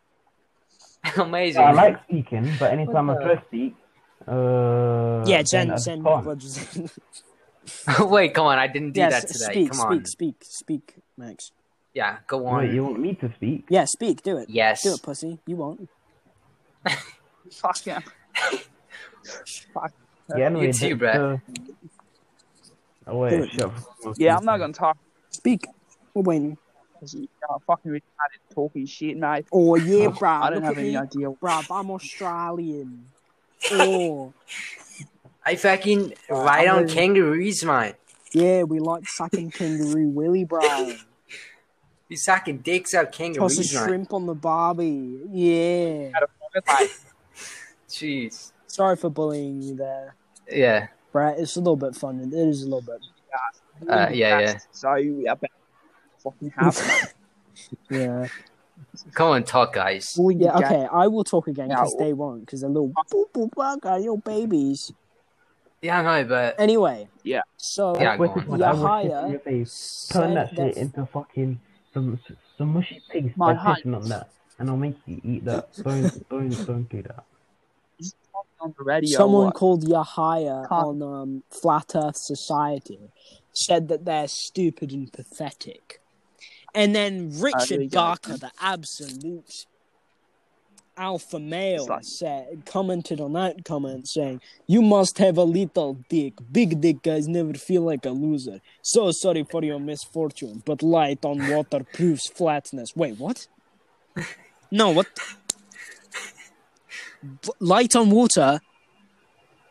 Speaker 1: Amazing.
Speaker 3: I like speaking, but anytime I
Speaker 1: What the-
Speaker 3: first speak, uh,
Speaker 2: yeah,
Speaker 3: then I
Speaker 2: Zen, Zen. what
Speaker 3: can't.
Speaker 2: was-
Speaker 1: Wait, come on! I didn't do
Speaker 2: yes,
Speaker 1: that today.
Speaker 2: speak,
Speaker 1: come on.
Speaker 2: speak, speak, speak, Max.
Speaker 1: Yeah, go on.
Speaker 3: Wait, you want me to speak?
Speaker 2: Yeah, speak. Do it.
Speaker 1: Yes.
Speaker 2: Do it, pussy. You won't.
Speaker 4: Fuck yeah.
Speaker 3: Yeah, anyway,
Speaker 1: too,
Speaker 3: that's,
Speaker 1: Brett.
Speaker 3: uh, Oh
Speaker 2: Do
Speaker 3: wait,
Speaker 2: it.
Speaker 3: shut up.
Speaker 4: Yeah, I'm not gonna talk
Speaker 2: Speak. We're waiting.
Speaker 4: 'cause you are fucking retarded talking shit, mate.
Speaker 2: Oh yeah, bruv.
Speaker 4: I don't
Speaker 2: look
Speaker 4: have
Speaker 2: at
Speaker 4: any
Speaker 2: me,
Speaker 4: idea.
Speaker 2: bruv. I'm Australian. Oh
Speaker 1: I fucking
Speaker 2: Uh,
Speaker 1: ride
Speaker 2: I'm
Speaker 1: on
Speaker 2: really-
Speaker 1: kangaroos, mate.
Speaker 2: yeah, we like sucking kangaroo willy, bruv.
Speaker 1: You sucking dicks out
Speaker 2: Toss a
Speaker 1: kangaroos, mate.
Speaker 2: shrimp on the barbie. Yeah.
Speaker 1: Jeez.
Speaker 2: Sorry for bullying you there,
Speaker 1: Yeah.
Speaker 2: Brett. It's a little bit fun. It is a little bit.
Speaker 1: Uh, yeah, yeah.
Speaker 4: So I better fucking have.
Speaker 2: Yeah.
Speaker 1: Come on, talk, guys.
Speaker 4: All you
Speaker 2: Yeah,
Speaker 4: get-
Speaker 2: okay, I will talk again because
Speaker 4: Yeah.
Speaker 2: they won't because they're little boo boo bug are your babies.
Speaker 1: Yeah, I know, but
Speaker 2: Anyway,
Speaker 4: Yeah.
Speaker 2: so
Speaker 1: Yeah, go
Speaker 3: Wet
Speaker 1: on.
Speaker 3: is what I would
Speaker 2: Yahaya
Speaker 3: hit in your face.
Speaker 2: said
Speaker 3: Turn that shit
Speaker 2: that-
Speaker 3: into fucking some some mushy pigs
Speaker 4: My
Speaker 3: by pissing on
Speaker 4: heights.
Speaker 3: that, and I'll make you eat that. Don't don't don't do that.
Speaker 4: Just talk on the radio.
Speaker 2: someone
Speaker 4: what?
Speaker 2: called Yahaya
Speaker 4: Can't-
Speaker 2: on um, Flat Earth Society said that they're stupid and pathetic. And then
Speaker 4: there
Speaker 2: Richard
Speaker 4: you go.
Speaker 2: Barker, the absolute alpha male,
Speaker 4: It's like-
Speaker 2: said, commented on that comment saying, You must have a little dick. Big dick guys never feel like a loser. So sorry for your misfortune, but light on water proves flatness. Wait, what? No, what? B- Light on water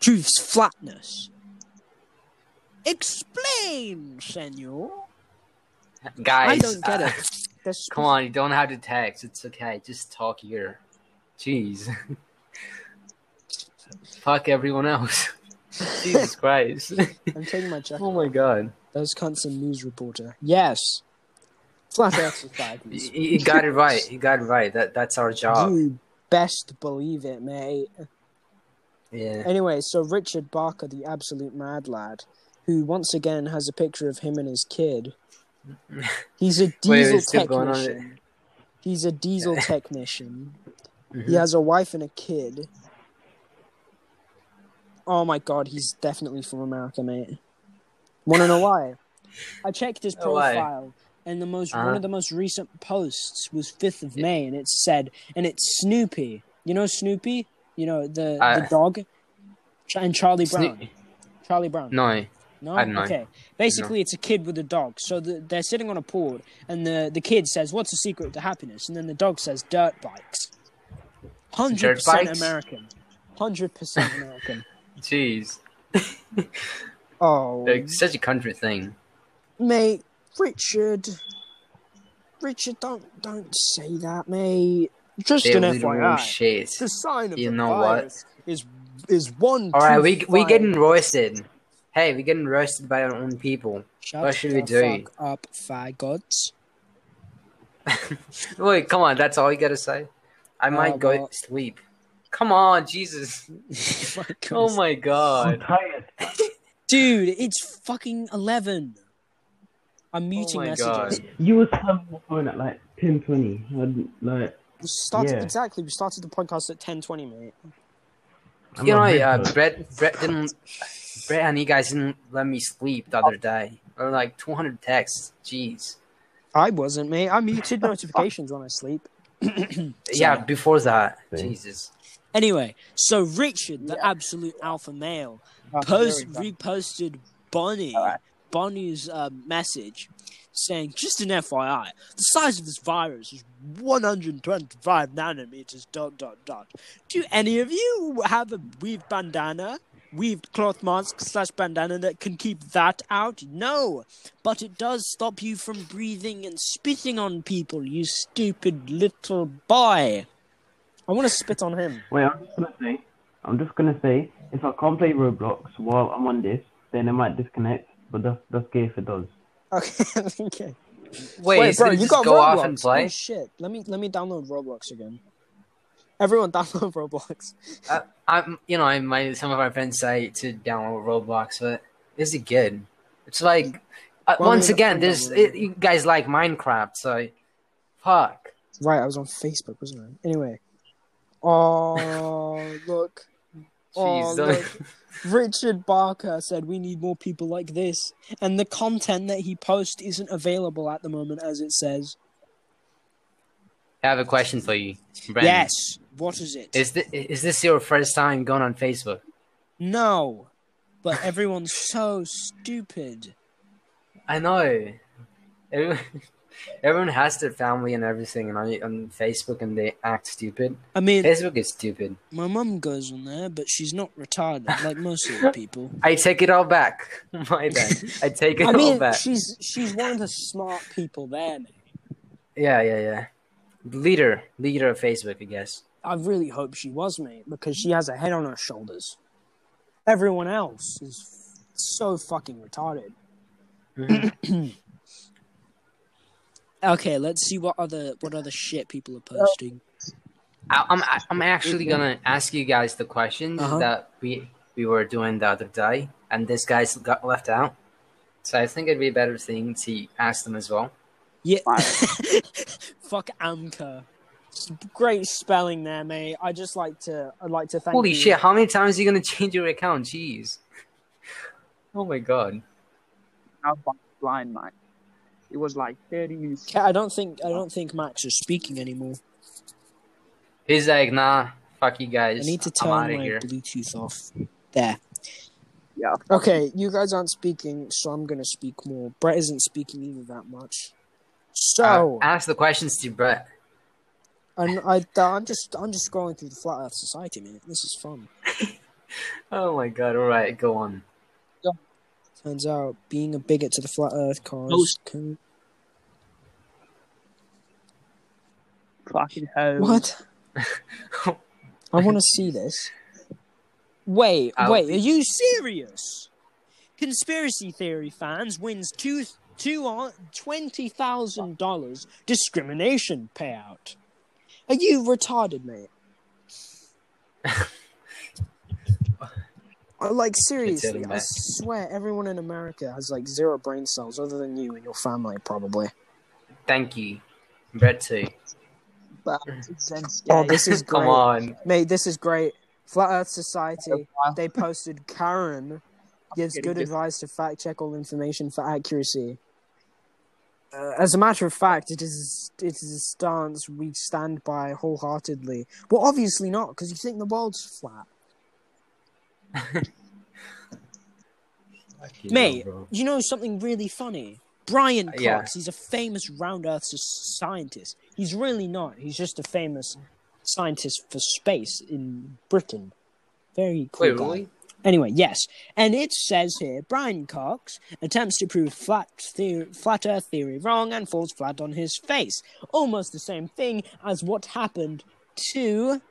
Speaker 2: proves flatness. Explain, senor.
Speaker 1: guys,
Speaker 2: I don't get
Speaker 1: uh,
Speaker 2: it. That's
Speaker 1: Come on, you don't have to text. It's okay. Just talk here. Jeez. Fuck everyone else. Jesus Christ.
Speaker 2: I'm taking my jacket.
Speaker 1: oh my god.
Speaker 2: Those cunts a news reporter. Yes. Flat Earth
Speaker 1: You,
Speaker 2: Society.
Speaker 1: you got it right. You got it right. That that's our job.
Speaker 2: You best believe it, mate.
Speaker 1: Yeah.
Speaker 2: Anyway, so Richard Barker, the absolute mad lad, who once again has a picture of him and his kid. He's a
Speaker 1: Wait,
Speaker 2: diesel
Speaker 1: it's still going on?
Speaker 2: technician. He's a diesel technician. He
Speaker 1: Mhm.
Speaker 2: has a wife and a kid. Oh my god, he's definitely from America, mate. Want to know why? I checked his
Speaker 1: Oh, why?
Speaker 2: profile, and the most
Speaker 1: Uh-huh.
Speaker 2: one of the most recent posts was fifth of May, and it said, and it's Snoopy. You know Snoopy? You know the the
Speaker 1: Uh,
Speaker 2: dog, Ch- and Charlie Brown.
Speaker 1: Snoop-
Speaker 2: Charlie Brown.
Speaker 1: No.
Speaker 2: No,
Speaker 1: I don't know.
Speaker 2: okay. Basically, it's a kid with a dog. So the, they're sitting on a porch, and the the kid says, "What's the secret to happiness?" And then the dog says, "Dirt bikes." Hundred
Speaker 1: Dirt
Speaker 2: percent
Speaker 1: bikes?
Speaker 2: American. Hundred percent American.
Speaker 1: Jeez.
Speaker 2: oh,
Speaker 1: Like, such a country thing.
Speaker 2: mate, Richard, Richard, don't don't say that, mate. Just
Speaker 1: They
Speaker 2: an
Speaker 1: literal
Speaker 2: FYI.
Speaker 1: shit.
Speaker 2: The sign of
Speaker 1: You
Speaker 2: a
Speaker 1: know what?
Speaker 2: virus is is one.
Speaker 1: All right, we
Speaker 2: tooth
Speaker 1: we
Speaker 2: file.
Speaker 1: getting roasted. Hey, we getting roasted by our own people.
Speaker 2: Shut
Speaker 1: what should we
Speaker 2: the
Speaker 1: do?
Speaker 2: Fuck up, faggots.
Speaker 1: Wait, come on. That's all you gotta say. I might
Speaker 2: Uh,
Speaker 1: go
Speaker 2: well-
Speaker 1: sleep. Come on, Jesus. Oh my
Speaker 3: I'm
Speaker 1: god.
Speaker 3: tired.
Speaker 2: Dude, it's fucking 11. I'm muting
Speaker 1: oh my
Speaker 2: messages.
Speaker 1: god.
Speaker 3: You were on the phone at like ten twenty. Like
Speaker 2: We started
Speaker 3: Yeah.
Speaker 2: exactly. We started the podcast at 10:20, mate.
Speaker 3: I'm
Speaker 1: you know,
Speaker 3: on
Speaker 1: uh,
Speaker 3: headphones.
Speaker 1: Brett, Brett didn't, Brett and you guys didn't let me sleep the other day. Or like 200 texts. Jeez.
Speaker 2: I wasn't, mate. I muted notifications when I sleep.
Speaker 1: Yeah, before that.
Speaker 3: See?
Speaker 1: Jesus.
Speaker 2: Anyway, so Richard, the absolute alpha male,
Speaker 4: Oh,
Speaker 2: post
Speaker 4: there we go.
Speaker 2: reposted Bonnie
Speaker 4: Alright.
Speaker 2: Bonnie's uh, message saying, "Just an FYI, the size of this virus is 125 nanometers." Dot dot dot. Do any of you have a weave bandana, weaved cloth mask slash bandana that can keep that out? No, but it does stop you from breathing and spitting on people. You stupid little boy. I want to spit on him.
Speaker 3: Wait, I'm just gonna say, I'm just gonna say, if I can't play Roblox while I'm on this, then it might disconnect. But that's that's gay if it does.
Speaker 2: Okay, okay.
Speaker 1: Wait,
Speaker 2: Wait,
Speaker 1: it's
Speaker 2: bro,
Speaker 1: gonna
Speaker 2: you
Speaker 1: just
Speaker 2: got
Speaker 1: go
Speaker 2: Roblox.
Speaker 1: off and play?
Speaker 2: Oh shit! Let me let me download Roblox again. Everyone download Roblox.
Speaker 1: I'm, you know, I my some of my friends say to download Roblox, but is it good? It's like, uh,
Speaker 2: Well,
Speaker 1: once
Speaker 2: we-
Speaker 1: again, there's it, you guys like Minecraft, so fuck.
Speaker 2: Right, I was on Facebook, wasn't I? Anyway. Oh look, Oh,
Speaker 1: Jeez, don't-
Speaker 2: Richard Barker said we need more people like this, and the content that he posts isn't available at the moment, as it says.
Speaker 1: I have a question for you, Brent.
Speaker 2: Yes. What is it?
Speaker 1: Is this, is this your first time going on Facebook?
Speaker 2: No. But everyone's so stupid.
Speaker 1: I know. Everyone, everyone has their family and everything, and I on Facebook, and they act stupid.
Speaker 2: I mean,
Speaker 1: Facebook is stupid.
Speaker 2: my mum goes on there, but she's not retarded like most of the people.
Speaker 1: I take it all back. My bad. I take it
Speaker 2: I
Speaker 1: all
Speaker 2: mean,
Speaker 1: back.
Speaker 2: she's she's one of the smart people there. Mate.
Speaker 1: Yeah, yeah, yeah. Leader, leader of Facebook, I guess.
Speaker 2: I really hope she was, mate, because she has a head on her shoulders. Everyone else is
Speaker 1: Mm-hmm.
Speaker 2: so fucking retarded. Okay, let's see what other what other shit people are posting.
Speaker 1: I, I'm I- I'm actually gonna ask you guys the questions
Speaker 2: Uh-huh.
Speaker 1: that we we were doing the other day, and this guy's got left out. So I think it'd be a better thing to ask them as well.
Speaker 2: Yeah.
Speaker 4: Fine.
Speaker 2: Fuck Amka. S- Great spelling there, mate. I just like to I'd like to thank
Speaker 1: Holy
Speaker 2: you.
Speaker 1: shit! How many times are you gonna change your account? Jeez. Oh my god.
Speaker 4: I was blind, man. It was like 30 minutes.
Speaker 2: Ca- I don't think I don't think Max is speaking anymore.
Speaker 1: He's like, nah, fuck you
Speaker 2: I
Speaker 1: guys.
Speaker 2: need to
Speaker 1: I'm
Speaker 2: turn
Speaker 1: out
Speaker 2: my
Speaker 1: of here. Uh,
Speaker 2: Bluetooth off. There.
Speaker 4: Yeah.
Speaker 2: Okay, you guys aren't speaking, so I'm gonna speak more. Brett isn't speaking either that much. So
Speaker 1: Uh, ask the questions to Brett.
Speaker 2: I'm, I, I'm just I'm just scrolling through the Flat Earth Society, man. This is fun.
Speaker 1: Oh my god. All right, go on.
Speaker 2: Turns out being a bigot to the Flat Earth cause
Speaker 4: Most-
Speaker 2: can-
Speaker 4: Fucking hell.
Speaker 2: what? I want to see this. Wait,
Speaker 1: I'll-
Speaker 2: wait, are you serious? Conspiracy theory fans wins two two on twenty thousand dollars discrimination payout. Are you retarded, mate? I like seriously,
Speaker 1: him,
Speaker 2: I
Speaker 1: mate.
Speaker 2: swear everyone in America has like zero brain cells other than you and your family probably.
Speaker 1: Thank you, Brett too.
Speaker 4: But it's Zen's
Speaker 2: Oh,
Speaker 4: day.
Speaker 2: this is great.
Speaker 1: Come on.
Speaker 2: Mate, this is great. Flat Earth Society.
Speaker 4: Wow.
Speaker 2: They posted Karen gives
Speaker 4: Getting
Speaker 2: good
Speaker 4: good.
Speaker 2: advice to fact check all information for accuracy. Uh, as a matter of fact, it is it is a stance we stand by wholeheartedly. Well, obviously not, because you think the world's flat, mate. You know something really funny? Brian Cox.
Speaker 1: Yeah.
Speaker 2: He's a famous round Earth s- scientist. He's really not. He's just a famous scientist for space in Britain. Very cool.
Speaker 1: Wait,
Speaker 2: guy.
Speaker 1: really?
Speaker 2: Anyway, yes, and it says here Brian Cox attempts to prove flat theory, flat Earth theory wrong and falls flat on his face. Almost the same thing as what happened to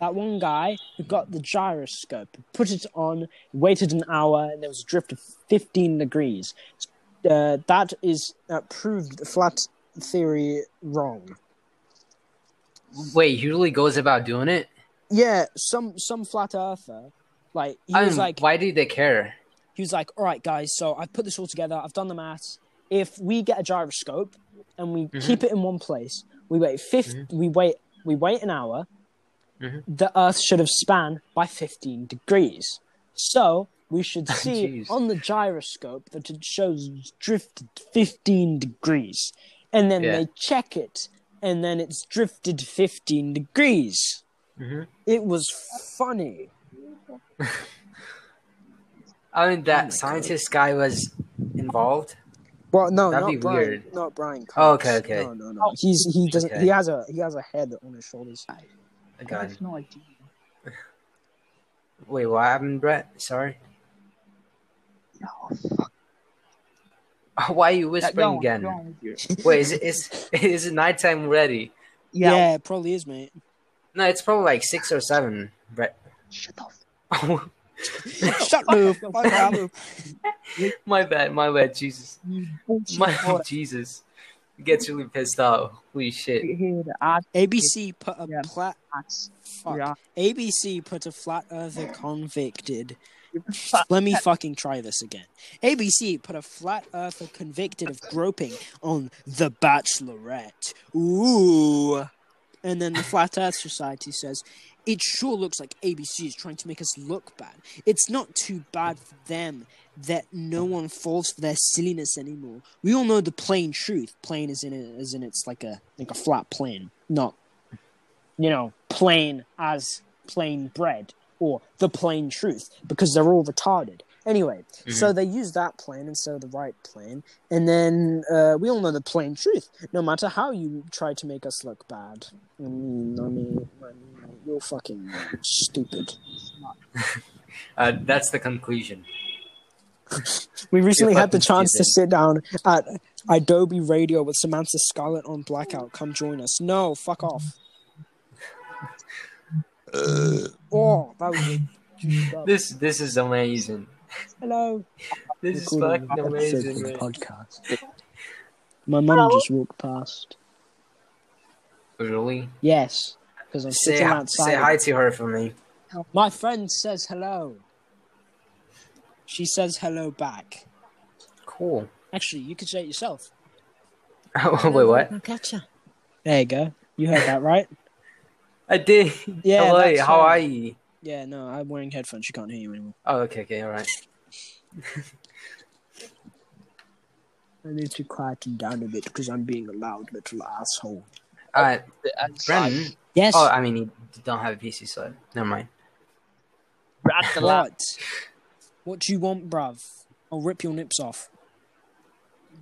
Speaker 2: that one guy who got the gyroscope, put it on, waited an hour, and there was a drift of fifteen degrees. Uh, that is that proved the flat theory wrong.
Speaker 1: Wait, he really goes about doing it?
Speaker 2: Yeah, some some flat earther, like he
Speaker 1: I
Speaker 2: was
Speaker 1: mean,
Speaker 2: like.
Speaker 1: why do they care?
Speaker 2: he was like, "All right, guys, so I've put this all together. I've done the maths. If we get a gyroscope and we
Speaker 1: Mhm.
Speaker 2: keep it in one place, we wait 5
Speaker 1: Mm-hmm.
Speaker 2: we wait, we wait an hour.
Speaker 1: Mhm.
Speaker 2: The Earth should have span by fifteen degrees. So we should see
Speaker 1: Jeez.
Speaker 2: on the gyroscope that it shows drifted fifteen degrees, and then
Speaker 1: Yeah.
Speaker 2: they check it, and then it's drifted fifteen degrees.
Speaker 1: Mm-hmm.
Speaker 2: It was funny.
Speaker 1: I mean, that
Speaker 2: Oh my
Speaker 1: scientist guy was involved.
Speaker 2: Well, no,
Speaker 1: That'd
Speaker 2: not
Speaker 1: be
Speaker 2: Brian.
Speaker 1: weird.
Speaker 2: Not Brian.
Speaker 1: Oh,
Speaker 2: Cox.
Speaker 1: okay, okay.
Speaker 2: No, no, no. He's he doesn't.
Speaker 1: Okay.
Speaker 2: He has a he has a head on his shoulders.
Speaker 1: I
Speaker 4: I
Speaker 1: got it.
Speaker 4: have no idea.
Speaker 1: Wait, what happened, Brett? Sorry.
Speaker 4: Oh, fuck.
Speaker 1: Why are you
Speaker 4: Yeah,
Speaker 1: whispering
Speaker 4: go on,
Speaker 1: again?
Speaker 4: go on with you.
Speaker 1: Wait, is it is is it nighttime already?
Speaker 4: Yeah.
Speaker 2: it probably is, mate.
Speaker 1: No, it's probably like six or seven, Brett.
Speaker 4: Shut up.
Speaker 2: Shut move.
Speaker 1: my bad, my bad, Jesus,
Speaker 4: You bullshit.
Speaker 1: my
Speaker 4: boy.
Speaker 1: Jesus, He gets really pissed off. Holy shit!
Speaker 4: You hear the ad
Speaker 2: ABC put a
Speaker 4: Yeah.
Speaker 2: plat.
Speaker 4: ads.
Speaker 2: Fuck.
Speaker 4: Yeah.
Speaker 2: ABC put a flat earther convicted.
Speaker 4: You fuck.
Speaker 2: Let me fucking try this again. ABC put a flat earther convicted of groping on The Bachelorette. Ooh. And then the Flat Earth Society says, it sure looks like ABC is trying to make us look bad. It's not too bad for them that no one falls for their silliness anymore. We all know the plain truth. Plain is in it, as in it's like a like a flat plane, not you know plain as plain bread or the plain truth because they're all retarded. Anyway,
Speaker 1: Mm-hmm.
Speaker 2: so they use that plane instead of the right plane, and then uh, we all know the plain truth. No matter how you try to make us look bad, I mean, I mean, I mean you're fucking stupid.
Speaker 1: Uh, that's the conclusion.
Speaker 2: We recently had the
Speaker 1: fucking
Speaker 2: chance to
Speaker 1: stupid.
Speaker 2: sit down at Adobe Radio with Samantha Scarlett on Blackout. Come join us. No, fuck off. oh, that was a juiced up.
Speaker 1: Uh. This this is amazing.
Speaker 2: Hello.
Speaker 1: This is
Speaker 2: Recording
Speaker 1: fucking
Speaker 2: episode for
Speaker 1: amazing.
Speaker 2: the
Speaker 1: man.
Speaker 2: podcast. My mum just walked past.
Speaker 1: Really?
Speaker 2: Yes, because I'm
Speaker 1: Say,
Speaker 2: sitting
Speaker 1: hi-
Speaker 2: outside.
Speaker 1: say hi to her for me.
Speaker 2: My friend says hello. She says hello back.
Speaker 1: Cool.
Speaker 2: Actually, you could say it yourself.
Speaker 1: Oh, Wait, what?
Speaker 2: Gotcha. There you go. You heard that right?
Speaker 1: I did.
Speaker 2: Yeah.
Speaker 1: Hello,
Speaker 2: that's
Speaker 1: how
Speaker 2: her.
Speaker 1: are you?
Speaker 2: Yeah, no, I'm wearing headphones. She can't hear you anymore.
Speaker 1: Oh, okay, okay, all right.
Speaker 2: I need to quieten down a bit because I'm being a loud little asshole.
Speaker 1: All right,
Speaker 4: And
Speaker 1: Brandon.
Speaker 2: Oh, Yes.
Speaker 1: Oh, I mean, you don't have a PC, so never mind.
Speaker 4: Brad the lad.
Speaker 2: what? What do you want, bruv? I'll rip your nips off.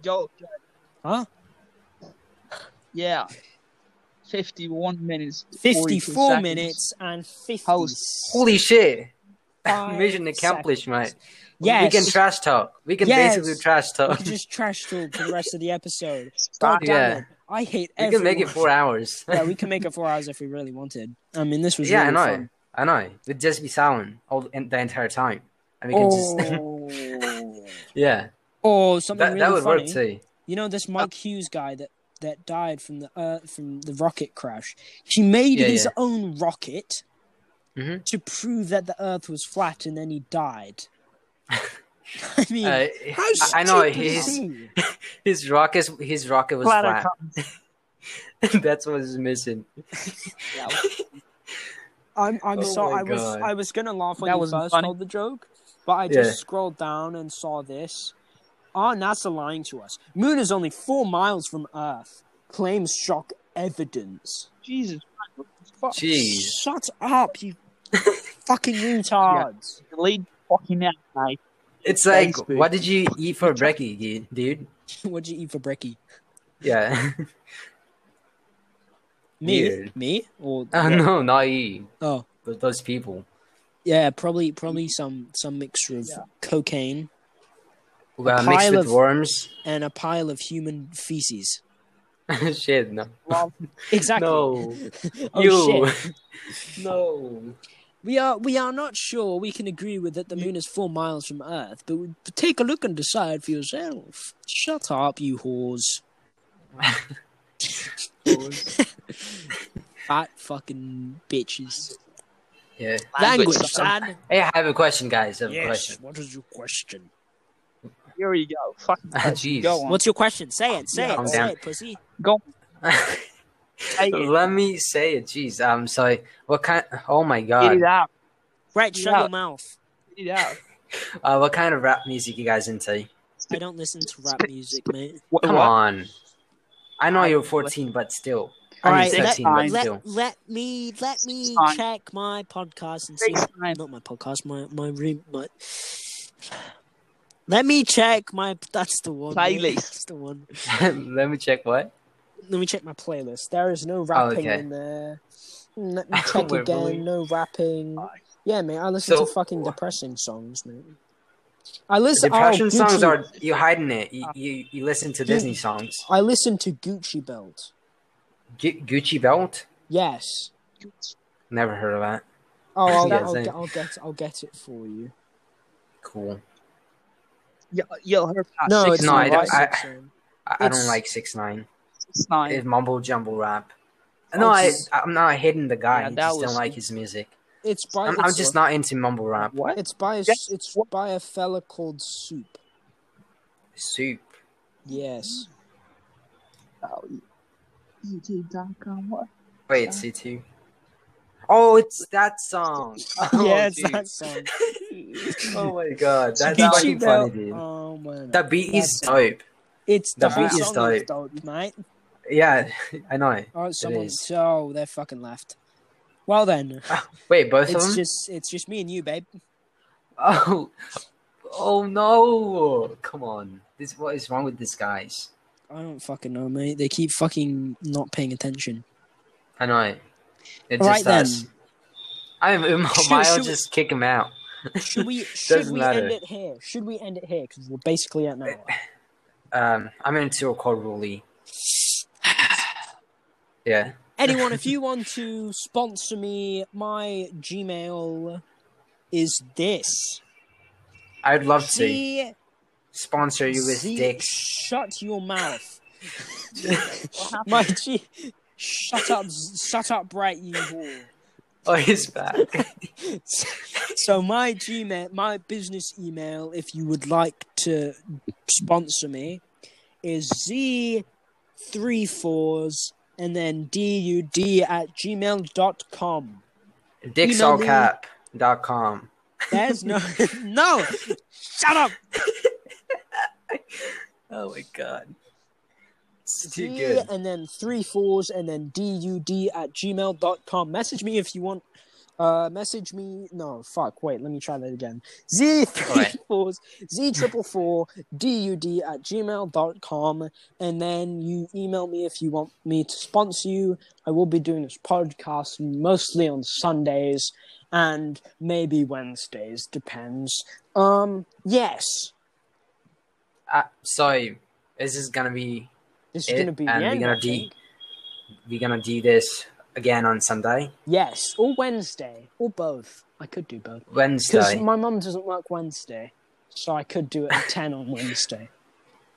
Speaker 4: Yo,
Speaker 2: Huh?
Speaker 4: yeah. 51 minutes.
Speaker 2: 54 minutes and 50.
Speaker 4: How's-
Speaker 1: Holy shit! Mission accomplished, mate.
Speaker 2: Yes.
Speaker 1: We can trash talk. We can
Speaker 2: Yes.
Speaker 1: basically trash
Speaker 2: We
Speaker 1: talk.
Speaker 2: can just trash talk for the rest of the episode.
Speaker 4: Stop.
Speaker 2: God damn
Speaker 1: Yeah.
Speaker 2: it. I hate
Speaker 1: We
Speaker 2: everyone.
Speaker 1: can make it four hours.
Speaker 2: yeah, we can make it four hours if we really wanted. I mean, this was
Speaker 1: Yeah, I
Speaker 2: really
Speaker 1: know.
Speaker 2: fun.
Speaker 1: I know. We'd just be silent all and the entire time, and we can just
Speaker 2: Oh,
Speaker 1: yeah.
Speaker 2: oh something
Speaker 1: That
Speaker 2: really
Speaker 1: that would
Speaker 2: funny.
Speaker 1: work too. Uh,
Speaker 2: You know this Mike Hughes guy that that died from the uh, from the rocket crash. He made
Speaker 1: Yeah,
Speaker 2: his
Speaker 1: yeah.
Speaker 2: own rocket
Speaker 1: Mhm.
Speaker 2: to prove that the Earth was flat, and then he died. I mean,
Speaker 1: Uh,
Speaker 2: how
Speaker 1: I, I know
Speaker 2: stupid is
Speaker 1: his
Speaker 2: he?
Speaker 1: his rocket his rocket was
Speaker 4: Platter
Speaker 1: flat. That's what is missing.
Speaker 4: Yeah,
Speaker 2: I'm I'm
Speaker 1: Oh
Speaker 2: sorry.
Speaker 1: my
Speaker 2: I was
Speaker 1: God.
Speaker 2: I was gonna laugh when
Speaker 4: That
Speaker 2: you
Speaker 4: wasn't
Speaker 2: first
Speaker 4: funny.
Speaker 2: told the joke, but I
Speaker 1: Yeah.
Speaker 2: just scrolled down and saw this. Ah, NASA lying to us. Moon is only four miles from Earth. Claims shock evidence.
Speaker 4: Jesus Christ. what the fuck?
Speaker 1: Jeez.
Speaker 2: Shut up, you fucking retards.
Speaker 4: Delete fucking that mate.
Speaker 1: It's like,
Speaker 4: Facebook.
Speaker 1: what did you eat for brekkie, dude- dude?
Speaker 2: What'd you eat for brekkie?
Speaker 1: Yeah. Uh,
Speaker 2: Me?
Speaker 1: Weird.
Speaker 2: Me? Or
Speaker 1: oh, no, not you.
Speaker 2: oh
Speaker 1: But those people.
Speaker 2: yeah, probably probably some some mixture of
Speaker 4: Yeah.
Speaker 2: cocaine
Speaker 1: Well, mixed
Speaker 2: pile
Speaker 1: with
Speaker 2: of-
Speaker 1: worms.
Speaker 2: and a pile of human feces.
Speaker 1: Shit, no.
Speaker 4: Well,
Speaker 2: Exactly.
Speaker 1: No.
Speaker 2: Oh,
Speaker 1: you.
Speaker 2: shit.
Speaker 1: no.
Speaker 2: We are we are not sure we can agree with that the moon is four miles from Earth, but we- but take a look and decide for yourself. Shut up, you whores. Fat fucking bitches.
Speaker 1: Yeah.
Speaker 2: Language,
Speaker 4: Language, son.
Speaker 2: son.
Speaker 1: Hey, I have a question, guys. I have a
Speaker 2: Yes.
Speaker 1: question.
Speaker 2: What is your question?
Speaker 4: here we go. Fucking
Speaker 1: Ah, jeez.
Speaker 4: go on.
Speaker 2: What's your question? Say it. Say
Speaker 1: Yeah,
Speaker 2: it.
Speaker 1: calm
Speaker 2: Say
Speaker 1: down.
Speaker 2: it, pussy.
Speaker 4: Go Hey,
Speaker 1: Let me say it. Jeez, I'm sorry. What kind? Oh my
Speaker 4: get it
Speaker 1: god.
Speaker 4: out.
Speaker 2: Right, shut
Speaker 4: Yeah.
Speaker 2: your mouth.
Speaker 4: Get it out.
Speaker 1: Uh, what kind of rap music you guys into?
Speaker 2: I don't listen to rap music, mate.
Speaker 4: What,
Speaker 1: Come
Speaker 4: what?
Speaker 1: on. I know
Speaker 4: I
Speaker 1: you're
Speaker 4: would-
Speaker 1: 14, but still.
Speaker 2: All
Speaker 1: I mean,
Speaker 2: right, let-
Speaker 1: 13, but
Speaker 4: let-
Speaker 1: still.
Speaker 2: Let, let me let me
Speaker 4: Fine.
Speaker 2: check my podcast and see.
Speaker 4: Next time.
Speaker 2: Not my podcast, my my room, my. Let me check my. That's the one. mate.
Speaker 4: Playlist.
Speaker 2: That's the one.
Speaker 1: Let me check what.
Speaker 2: Let me check my playlist. There is no rapping
Speaker 1: Oh, okay.
Speaker 2: in there. Let me check
Speaker 1: Wait,
Speaker 2: again.
Speaker 1: really?
Speaker 2: No rapping.
Speaker 4: Alright.
Speaker 2: Yeah, mate. I listen
Speaker 1: So-
Speaker 2: to fucking depressing songs, mate. I listen.
Speaker 1: Depression
Speaker 2: oh,
Speaker 1: songs
Speaker 2: Gucci- Uh,
Speaker 1: are you hiding it? You, you, you listen to Disney songs.
Speaker 2: I listen to Gucci Belt.
Speaker 1: Gu- Gucci belt?
Speaker 2: Yes.
Speaker 1: Never heard of that.
Speaker 2: Oh, I'll,
Speaker 1: Yeah,
Speaker 2: I'll,
Speaker 1: same.
Speaker 2: get, I'll get. I'll get it for you.
Speaker 1: Cool.
Speaker 4: Yo, yo, her pass.
Speaker 2: no,
Speaker 4: Six
Speaker 2: it's
Speaker 1: No,
Speaker 2: not.
Speaker 1: I don't-
Speaker 2: Right,
Speaker 1: I-
Speaker 2: Six Nine.
Speaker 1: I, I don't
Speaker 2: It's-
Speaker 1: like six nine.
Speaker 4: It's nine.
Speaker 1: It's mumble jumble rap.
Speaker 2: Oh,
Speaker 1: No, I,
Speaker 2: it's-
Speaker 1: I'm not hitting the guy.
Speaker 4: Yeah,
Speaker 1: I
Speaker 4: that
Speaker 1: just
Speaker 4: was-
Speaker 1: don't like his music.
Speaker 2: It's by.
Speaker 1: I'm,
Speaker 2: it's,
Speaker 1: I'm just not into mumble rap.
Speaker 4: What?
Speaker 2: It's by a,
Speaker 4: Yeah.
Speaker 2: it's by a fella called Soup.
Speaker 1: Soup.
Speaker 2: Yes.
Speaker 4: Oh, YouTube.com. What?
Speaker 1: Wait, C2. Oh, it's that song. Oh,
Speaker 2: yes,
Speaker 1: dude.
Speaker 2: that song.
Speaker 1: Oh my god, that's
Speaker 2: Gucci
Speaker 1: fucking
Speaker 2: Belt.
Speaker 1: funny, dude.
Speaker 2: Oh man.
Speaker 1: The beat is
Speaker 2: That's-
Speaker 1: dope.
Speaker 2: it's
Speaker 1: the
Speaker 2: dope.
Speaker 4: beat
Speaker 1: is
Speaker 2: Song
Speaker 1: dope.
Speaker 2: dope, mate.
Speaker 1: Yeah, I know.
Speaker 2: Oh, someone.
Speaker 1: is.
Speaker 2: Oh, they're fucking left. Well then,
Speaker 1: Wait, both of
Speaker 2: it's
Speaker 1: them?
Speaker 2: just it's just me and you, babe.
Speaker 1: Oh, oh no! Come on, this what is wrong with these guys?
Speaker 2: I don't fucking know, mate. They keep fucking not paying attention.
Speaker 1: I know. It's
Speaker 2: All right
Speaker 1: just us.
Speaker 2: then.
Speaker 1: I'm
Speaker 2: Shoot,
Speaker 1: I'll
Speaker 2: shoot.
Speaker 1: just kick him out.
Speaker 2: Should we should we
Speaker 1: matter.
Speaker 2: end it here? Should we end it here? Because we're basically at an hour.
Speaker 1: Um, I'm into a call Ruli. Yeah.
Speaker 2: anyone if you want to sponsor me my gmail is this
Speaker 1: I'd love to
Speaker 2: see
Speaker 1: sponsor you with
Speaker 2: see-
Speaker 1: dicks.
Speaker 2: shut your mouth
Speaker 4: What happened?
Speaker 2: My G. Shut up, Z- shut up, bright you whore.
Speaker 1: Oh, he's back.
Speaker 2: so my Gmail, my business email, if you would like to sponsor me, is z three fours and then dud at gmail.com.
Speaker 1: Dicksallcap.com.
Speaker 2: There's no no. Shut up.
Speaker 1: Oh my god. It's too
Speaker 2: D
Speaker 1: good.
Speaker 2: and then three fours and then dud at gmail.com. Message me if you want. Uh, message me. No, fuck. Wait, let me try that again. Z three
Speaker 1: Alright.
Speaker 2: fours z triple four dud at gmail.com. And then you email me if you want me to sponsor you. I will be doing this podcast mostly on Sundays and maybe Wednesdays, depends. Um, yes,
Speaker 1: Uh, sorry. Is this gonna be
Speaker 2: this is
Speaker 1: it?
Speaker 2: gonna be the
Speaker 1: and
Speaker 2: end.
Speaker 1: we're
Speaker 2: I
Speaker 1: gonna do
Speaker 2: think.
Speaker 1: we're gonna do this again on Sunday,
Speaker 2: Yes, or Wednesday, or both. I could do both. Because
Speaker 1: Wednesday.
Speaker 2: my mum doesn't work Wednesday, so I could do it at 10 on Wednesday.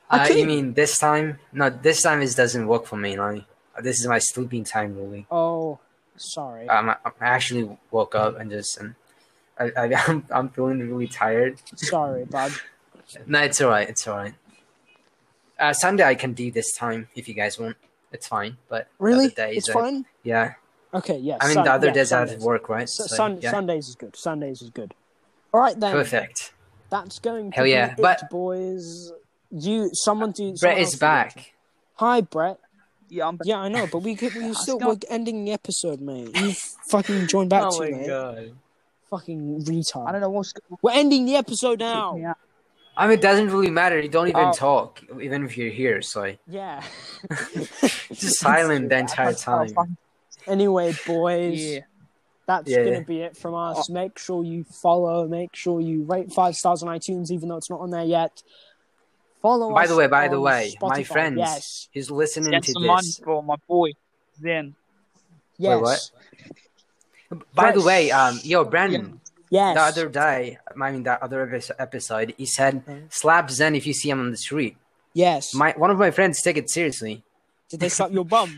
Speaker 1: Uh,
Speaker 2: Okay.
Speaker 1: you mean this time? No, this time it doesn't work for me. Like this is my sleeping time, really.
Speaker 2: Oh, sorry.
Speaker 1: Um, I, I actually woke up and just and I, I I'm, I'm feeling really tired.
Speaker 2: Sorry, bud.
Speaker 1: No, it's all right. It's all right. Uh, Sunday I can do this time if you guys want. It's fine. But the other
Speaker 2: Really?
Speaker 1: days
Speaker 2: It's
Speaker 1: I-
Speaker 2: fine?
Speaker 1: Yeah,
Speaker 2: Okay, yes.
Speaker 1: I mean
Speaker 2: Sun-
Speaker 1: the other
Speaker 2: yeah,
Speaker 1: days I have
Speaker 2: Sundays.
Speaker 1: to work, right?
Speaker 2: Su-
Speaker 1: So,
Speaker 2: Sun-
Speaker 1: yeah.
Speaker 2: Sundays is good. Sundays is good. All right, then.
Speaker 1: Perfect.
Speaker 2: That's going to
Speaker 1: Hell
Speaker 2: be
Speaker 1: yeah,
Speaker 2: it,
Speaker 1: but-
Speaker 2: boys. You, someone do. someone
Speaker 1: Brett
Speaker 2: else
Speaker 1: is
Speaker 2: do it.
Speaker 1: back.
Speaker 2: Hi, Brett.
Speaker 4: Yeah, I'm back.
Speaker 2: Yeah, I know, but we could, we
Speaker 4: I've
Speaker 2: still
Speaker 4: got-
Speaker 2: we're ending the episode, mate. You fucking joined back to me.
Speaker 1: Oh god.
Speaker 2: Fucking
Speaker 4: I
Speaker 2: retard.
Speaker 4: don't know what's going
Speaker 2: We're ending the episode now.
Speaker 4: on.
Speaker 1: I mean, it doesn't really matter. You don't even
Speaker 2: Oh.
Speaker 1: talk, even if you're here. So
Speaker 2: Yeah.
Speaker 1: just silent the entire time.
Speaker 2: anyway, boys,
Speaker 4: Yeah.
Speaker 2: that's
Speaker 1: Yeah.
Speaker 2: gonna be it from us. Make sure you follow. Make sure you rate five stars on iTunes, even though it's not on there yet. Follow.
Speaker 1: By
Speaker 2: us
Speaker 1: the way, by the
Speaker 2: on
Speaker 1: way, my
Speaker 2: Spotify.
Speaker 1: friends
Speaker 2: Yes.
Speaker 1: who's listening
Speaker 4: Get
Speaker 1: to
Speaker 4: some money
Speaker 1: this.
Speaker 4: for my boy. Then.
Speaker 2: Yes.
Speaker 1: Wait, what? By the
Speaker 2: Fresh.
Speaker 1: way, um, yo, Brandon,
Speaker 2: Yes.
Speaker 1: the other day, I mean, the other epi- episode, he said,
Speaker 2: Okay.
Speaker 1: slap Zen if you see him on the street.
Speaker 2: yes.
Speaker 1: My One of my friends take it seriously.
Speaker 2: Did they slap your bum?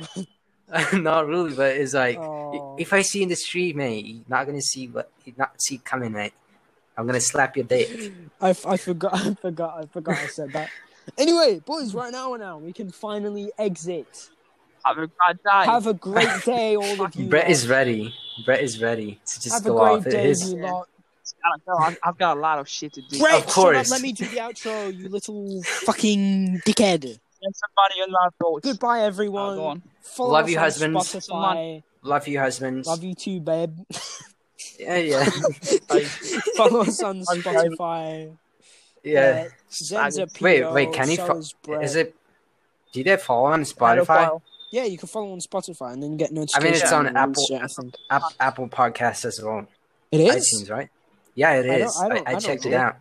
Speaker 1: not really, but it's like,
Speaker 2: Oh.
Speaker 1: if I see you in the street, mate, you're not going to see what, you're not see coming, mate. I'm going to slap your dick.
Speaker 2: I, f- I forgot. I forgot. I forgot. I said that. Anyway, boys, right now, now we can finally exit.
Speaker 4: Have a bad day.
Speaker 2: Have a great day, all of you.
Speaker 1: Brett
Speaker 2: lot.
Speaker 1: is ready. Brett is ready to just
Speaker 2: Have a
Speaker 1: go
Speaker 2: great
Speaker 1: off. It
Speaker 2: day,
Speaker 1: is-
Speaker 2: you lot.
Speaker 4: I've got- I've- I've got a lot of shit to do.
Speaker 2: Brett,
Speaker 1: Of
Speaker 2: shut
Speaker 1: course.
Speaker 2: up, let me do the outro, you little fucking dickhead.
Speaker 4: Send somebody on my boat.
Speaker 2: Goodbye, everyone.
Speaker 4: Oh, go on.
Speaker 2: Follow
Speaker 1: Love
Speaker 2: us
Speaker 1: you,
Speaker 2: on
Speaker 1: husbands.
Speaker 2: Spotify.
Speaker 1: Love you, husbands.
Speaker 2: Love you too, babe.
Speaker 1: Yeah, yeah.
Speaker 2: Follow us on
Speaker 4: I'm sorry.
Speaker 2: Spotify.
Speaker 1: yeah.
Speaker 2: Uh, Zenza
Speaker 1: Wait,
Speaker 2: Pio,
Speaker 1: wait, can you
Speaker 2: so
Speaker 1: fo-
Speaker 2: is Brett.
Speaker 1: Is it? Do they follow on Spotify?
Speaker 4: Pedophile.
Speaker 2: Yeah, you can follow on Spotify and then you get
Speaker 1: I mean,
Speaker 2: notifications.
Speaker 1: it's on
Speaker 2: when we
Speaker 1: Apple,
Speaker 2: share, I think.
Speaker 1: App, Apple Podcasts as well.
Speaker 2: It is?
Speaker 1: iTunes, right? Yeah, it
Speaker 2: I don't-
Speaker 1: is.
Speaker 2: I
Speaker 1: I,
Speaker 2: don't-
Speaker 1: I,
Speaker 2: I don't
Speaker 1: checked it
Speaker 2: know.
Speaker 1: out.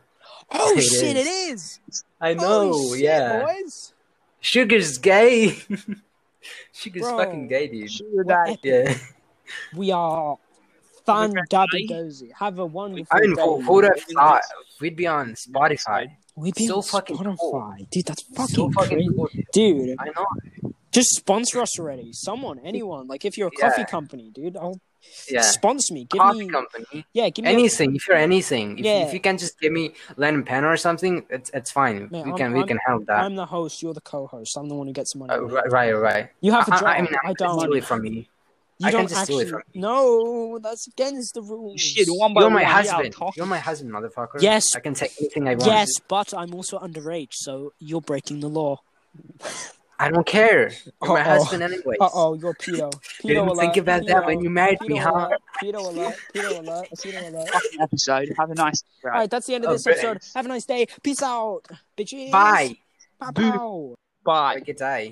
Speaker 2: Oh,
Speaker 1: It
Speaker 2: shit,
Speaker 1: is.
Speaker 2: it is.
Speaker 1: I
Speaker 2: Holy shit, boys.
Speaker 1: Sugar's gay. Sugar's
Speaker 2: Bro.
Speaker 1: fucking gay, dude.
Speaker 4: Shoot your dad.
Speaker 1: Yeah.
Speaker 2: We are
Speaker 4: Have a great
Speaker 2: fandabidozy. Have a wonderful
Speaker 1: I mean,
Speaker 2: day.
Speaker 1: who who would have thought we'd be on Spotify?
Speaker 2: We've been
Speaker 1: So
Speaker 2: on
Speaker 1: fucking
Speaker 2: Spotify.
Speaker 1: cool.
Speaker 2: Dude, that's fucking,
Speaker 1: so fucking
Speaker 2: crazy.
Speaker 1: cool.
Speaker 2: Dude,
Speaker 1: I know.
Speaker 2: just sponsor us already. Someone, anyone. Like if you're a
Speaker 1: Yeah.
Speaker 2: coffee company, dude, I'll
Speaker 1: Yeah.
Speaker 2: sponsor me. Give
Speaker 1: Coffee
Speaker 2: me
Speaker 1: company.
Speaker 2: yeah, give me a-
Speaker 1: Anything. If you're anything, if,
Speaker 2: Yeah.
Speaker 1: if you can just give me pen and pen or something, it's it's fine.
Speaker 2: Man,
Speaker 1: we
Speaker 2: I'm-
Speaker 1: can we
Speaker 2: I'm-
Speaker 1: can help that.
Speaker 2: I'm the host. You're the co-host. I'm the one who gets the money.
Speaker 1: Uh, right, right, right.
Speaker 2: You have a
Speaker 1: I-
Speaker 2: job.
Speaker 1: I,
Speaker 2: I,
Speaker 1: I mean, I, can
Speaker 2: don't.
Speaker 1: steal it from you.
Speaker 2: you
Speaker 1: I can
Speaker 2: don't
Speaker 1: just steal
Speaker 2: actually.
Speaker 1: it from
Speaker 2: no, that's against the rules.
Speaker 4: Shit, one by
Speaker 1: You're my
Speaker 4: one,
Speaker 1: husband.
Speaker 4: Yeah, I'll talk.
Speaker 1: You're my husband, motherfucker.
Speaker 2: Yes.
Speaker 1: I can take anything I want.
Speaker 2: Yes, but I'm also underage, so you're breaking the law.
Speaker 1: I don't care. You're my
Speaker 2: Uh-oh.
Speaker 1: husband anyway.
Speaker 2: Uh oh, you're pedo. Pedo
Speaker 1: You didn't
Speaker 2: alert.
Speaker 1: think about that
Speaker 2: pedo-
Speaker 1: when you married
Speaker 2: pedo
Speaker 1: me, huh?
Speaker 2: alert, Pedo alert. Pedo alert. Pedo alert.
Speaker 4: Fucking episode. Have a nice day.
Speaker 2: All right, that's the end of
Speaker 1: Oh,
Speaker 2: this
Speaker 1: great.
Speaker 2: episode. Have a nice day. Peace out, bitches.
Speaker 1: Bye.
Speaker 2: Bye.
Speaker 4: Bye.
Speaker 1: Have a good day.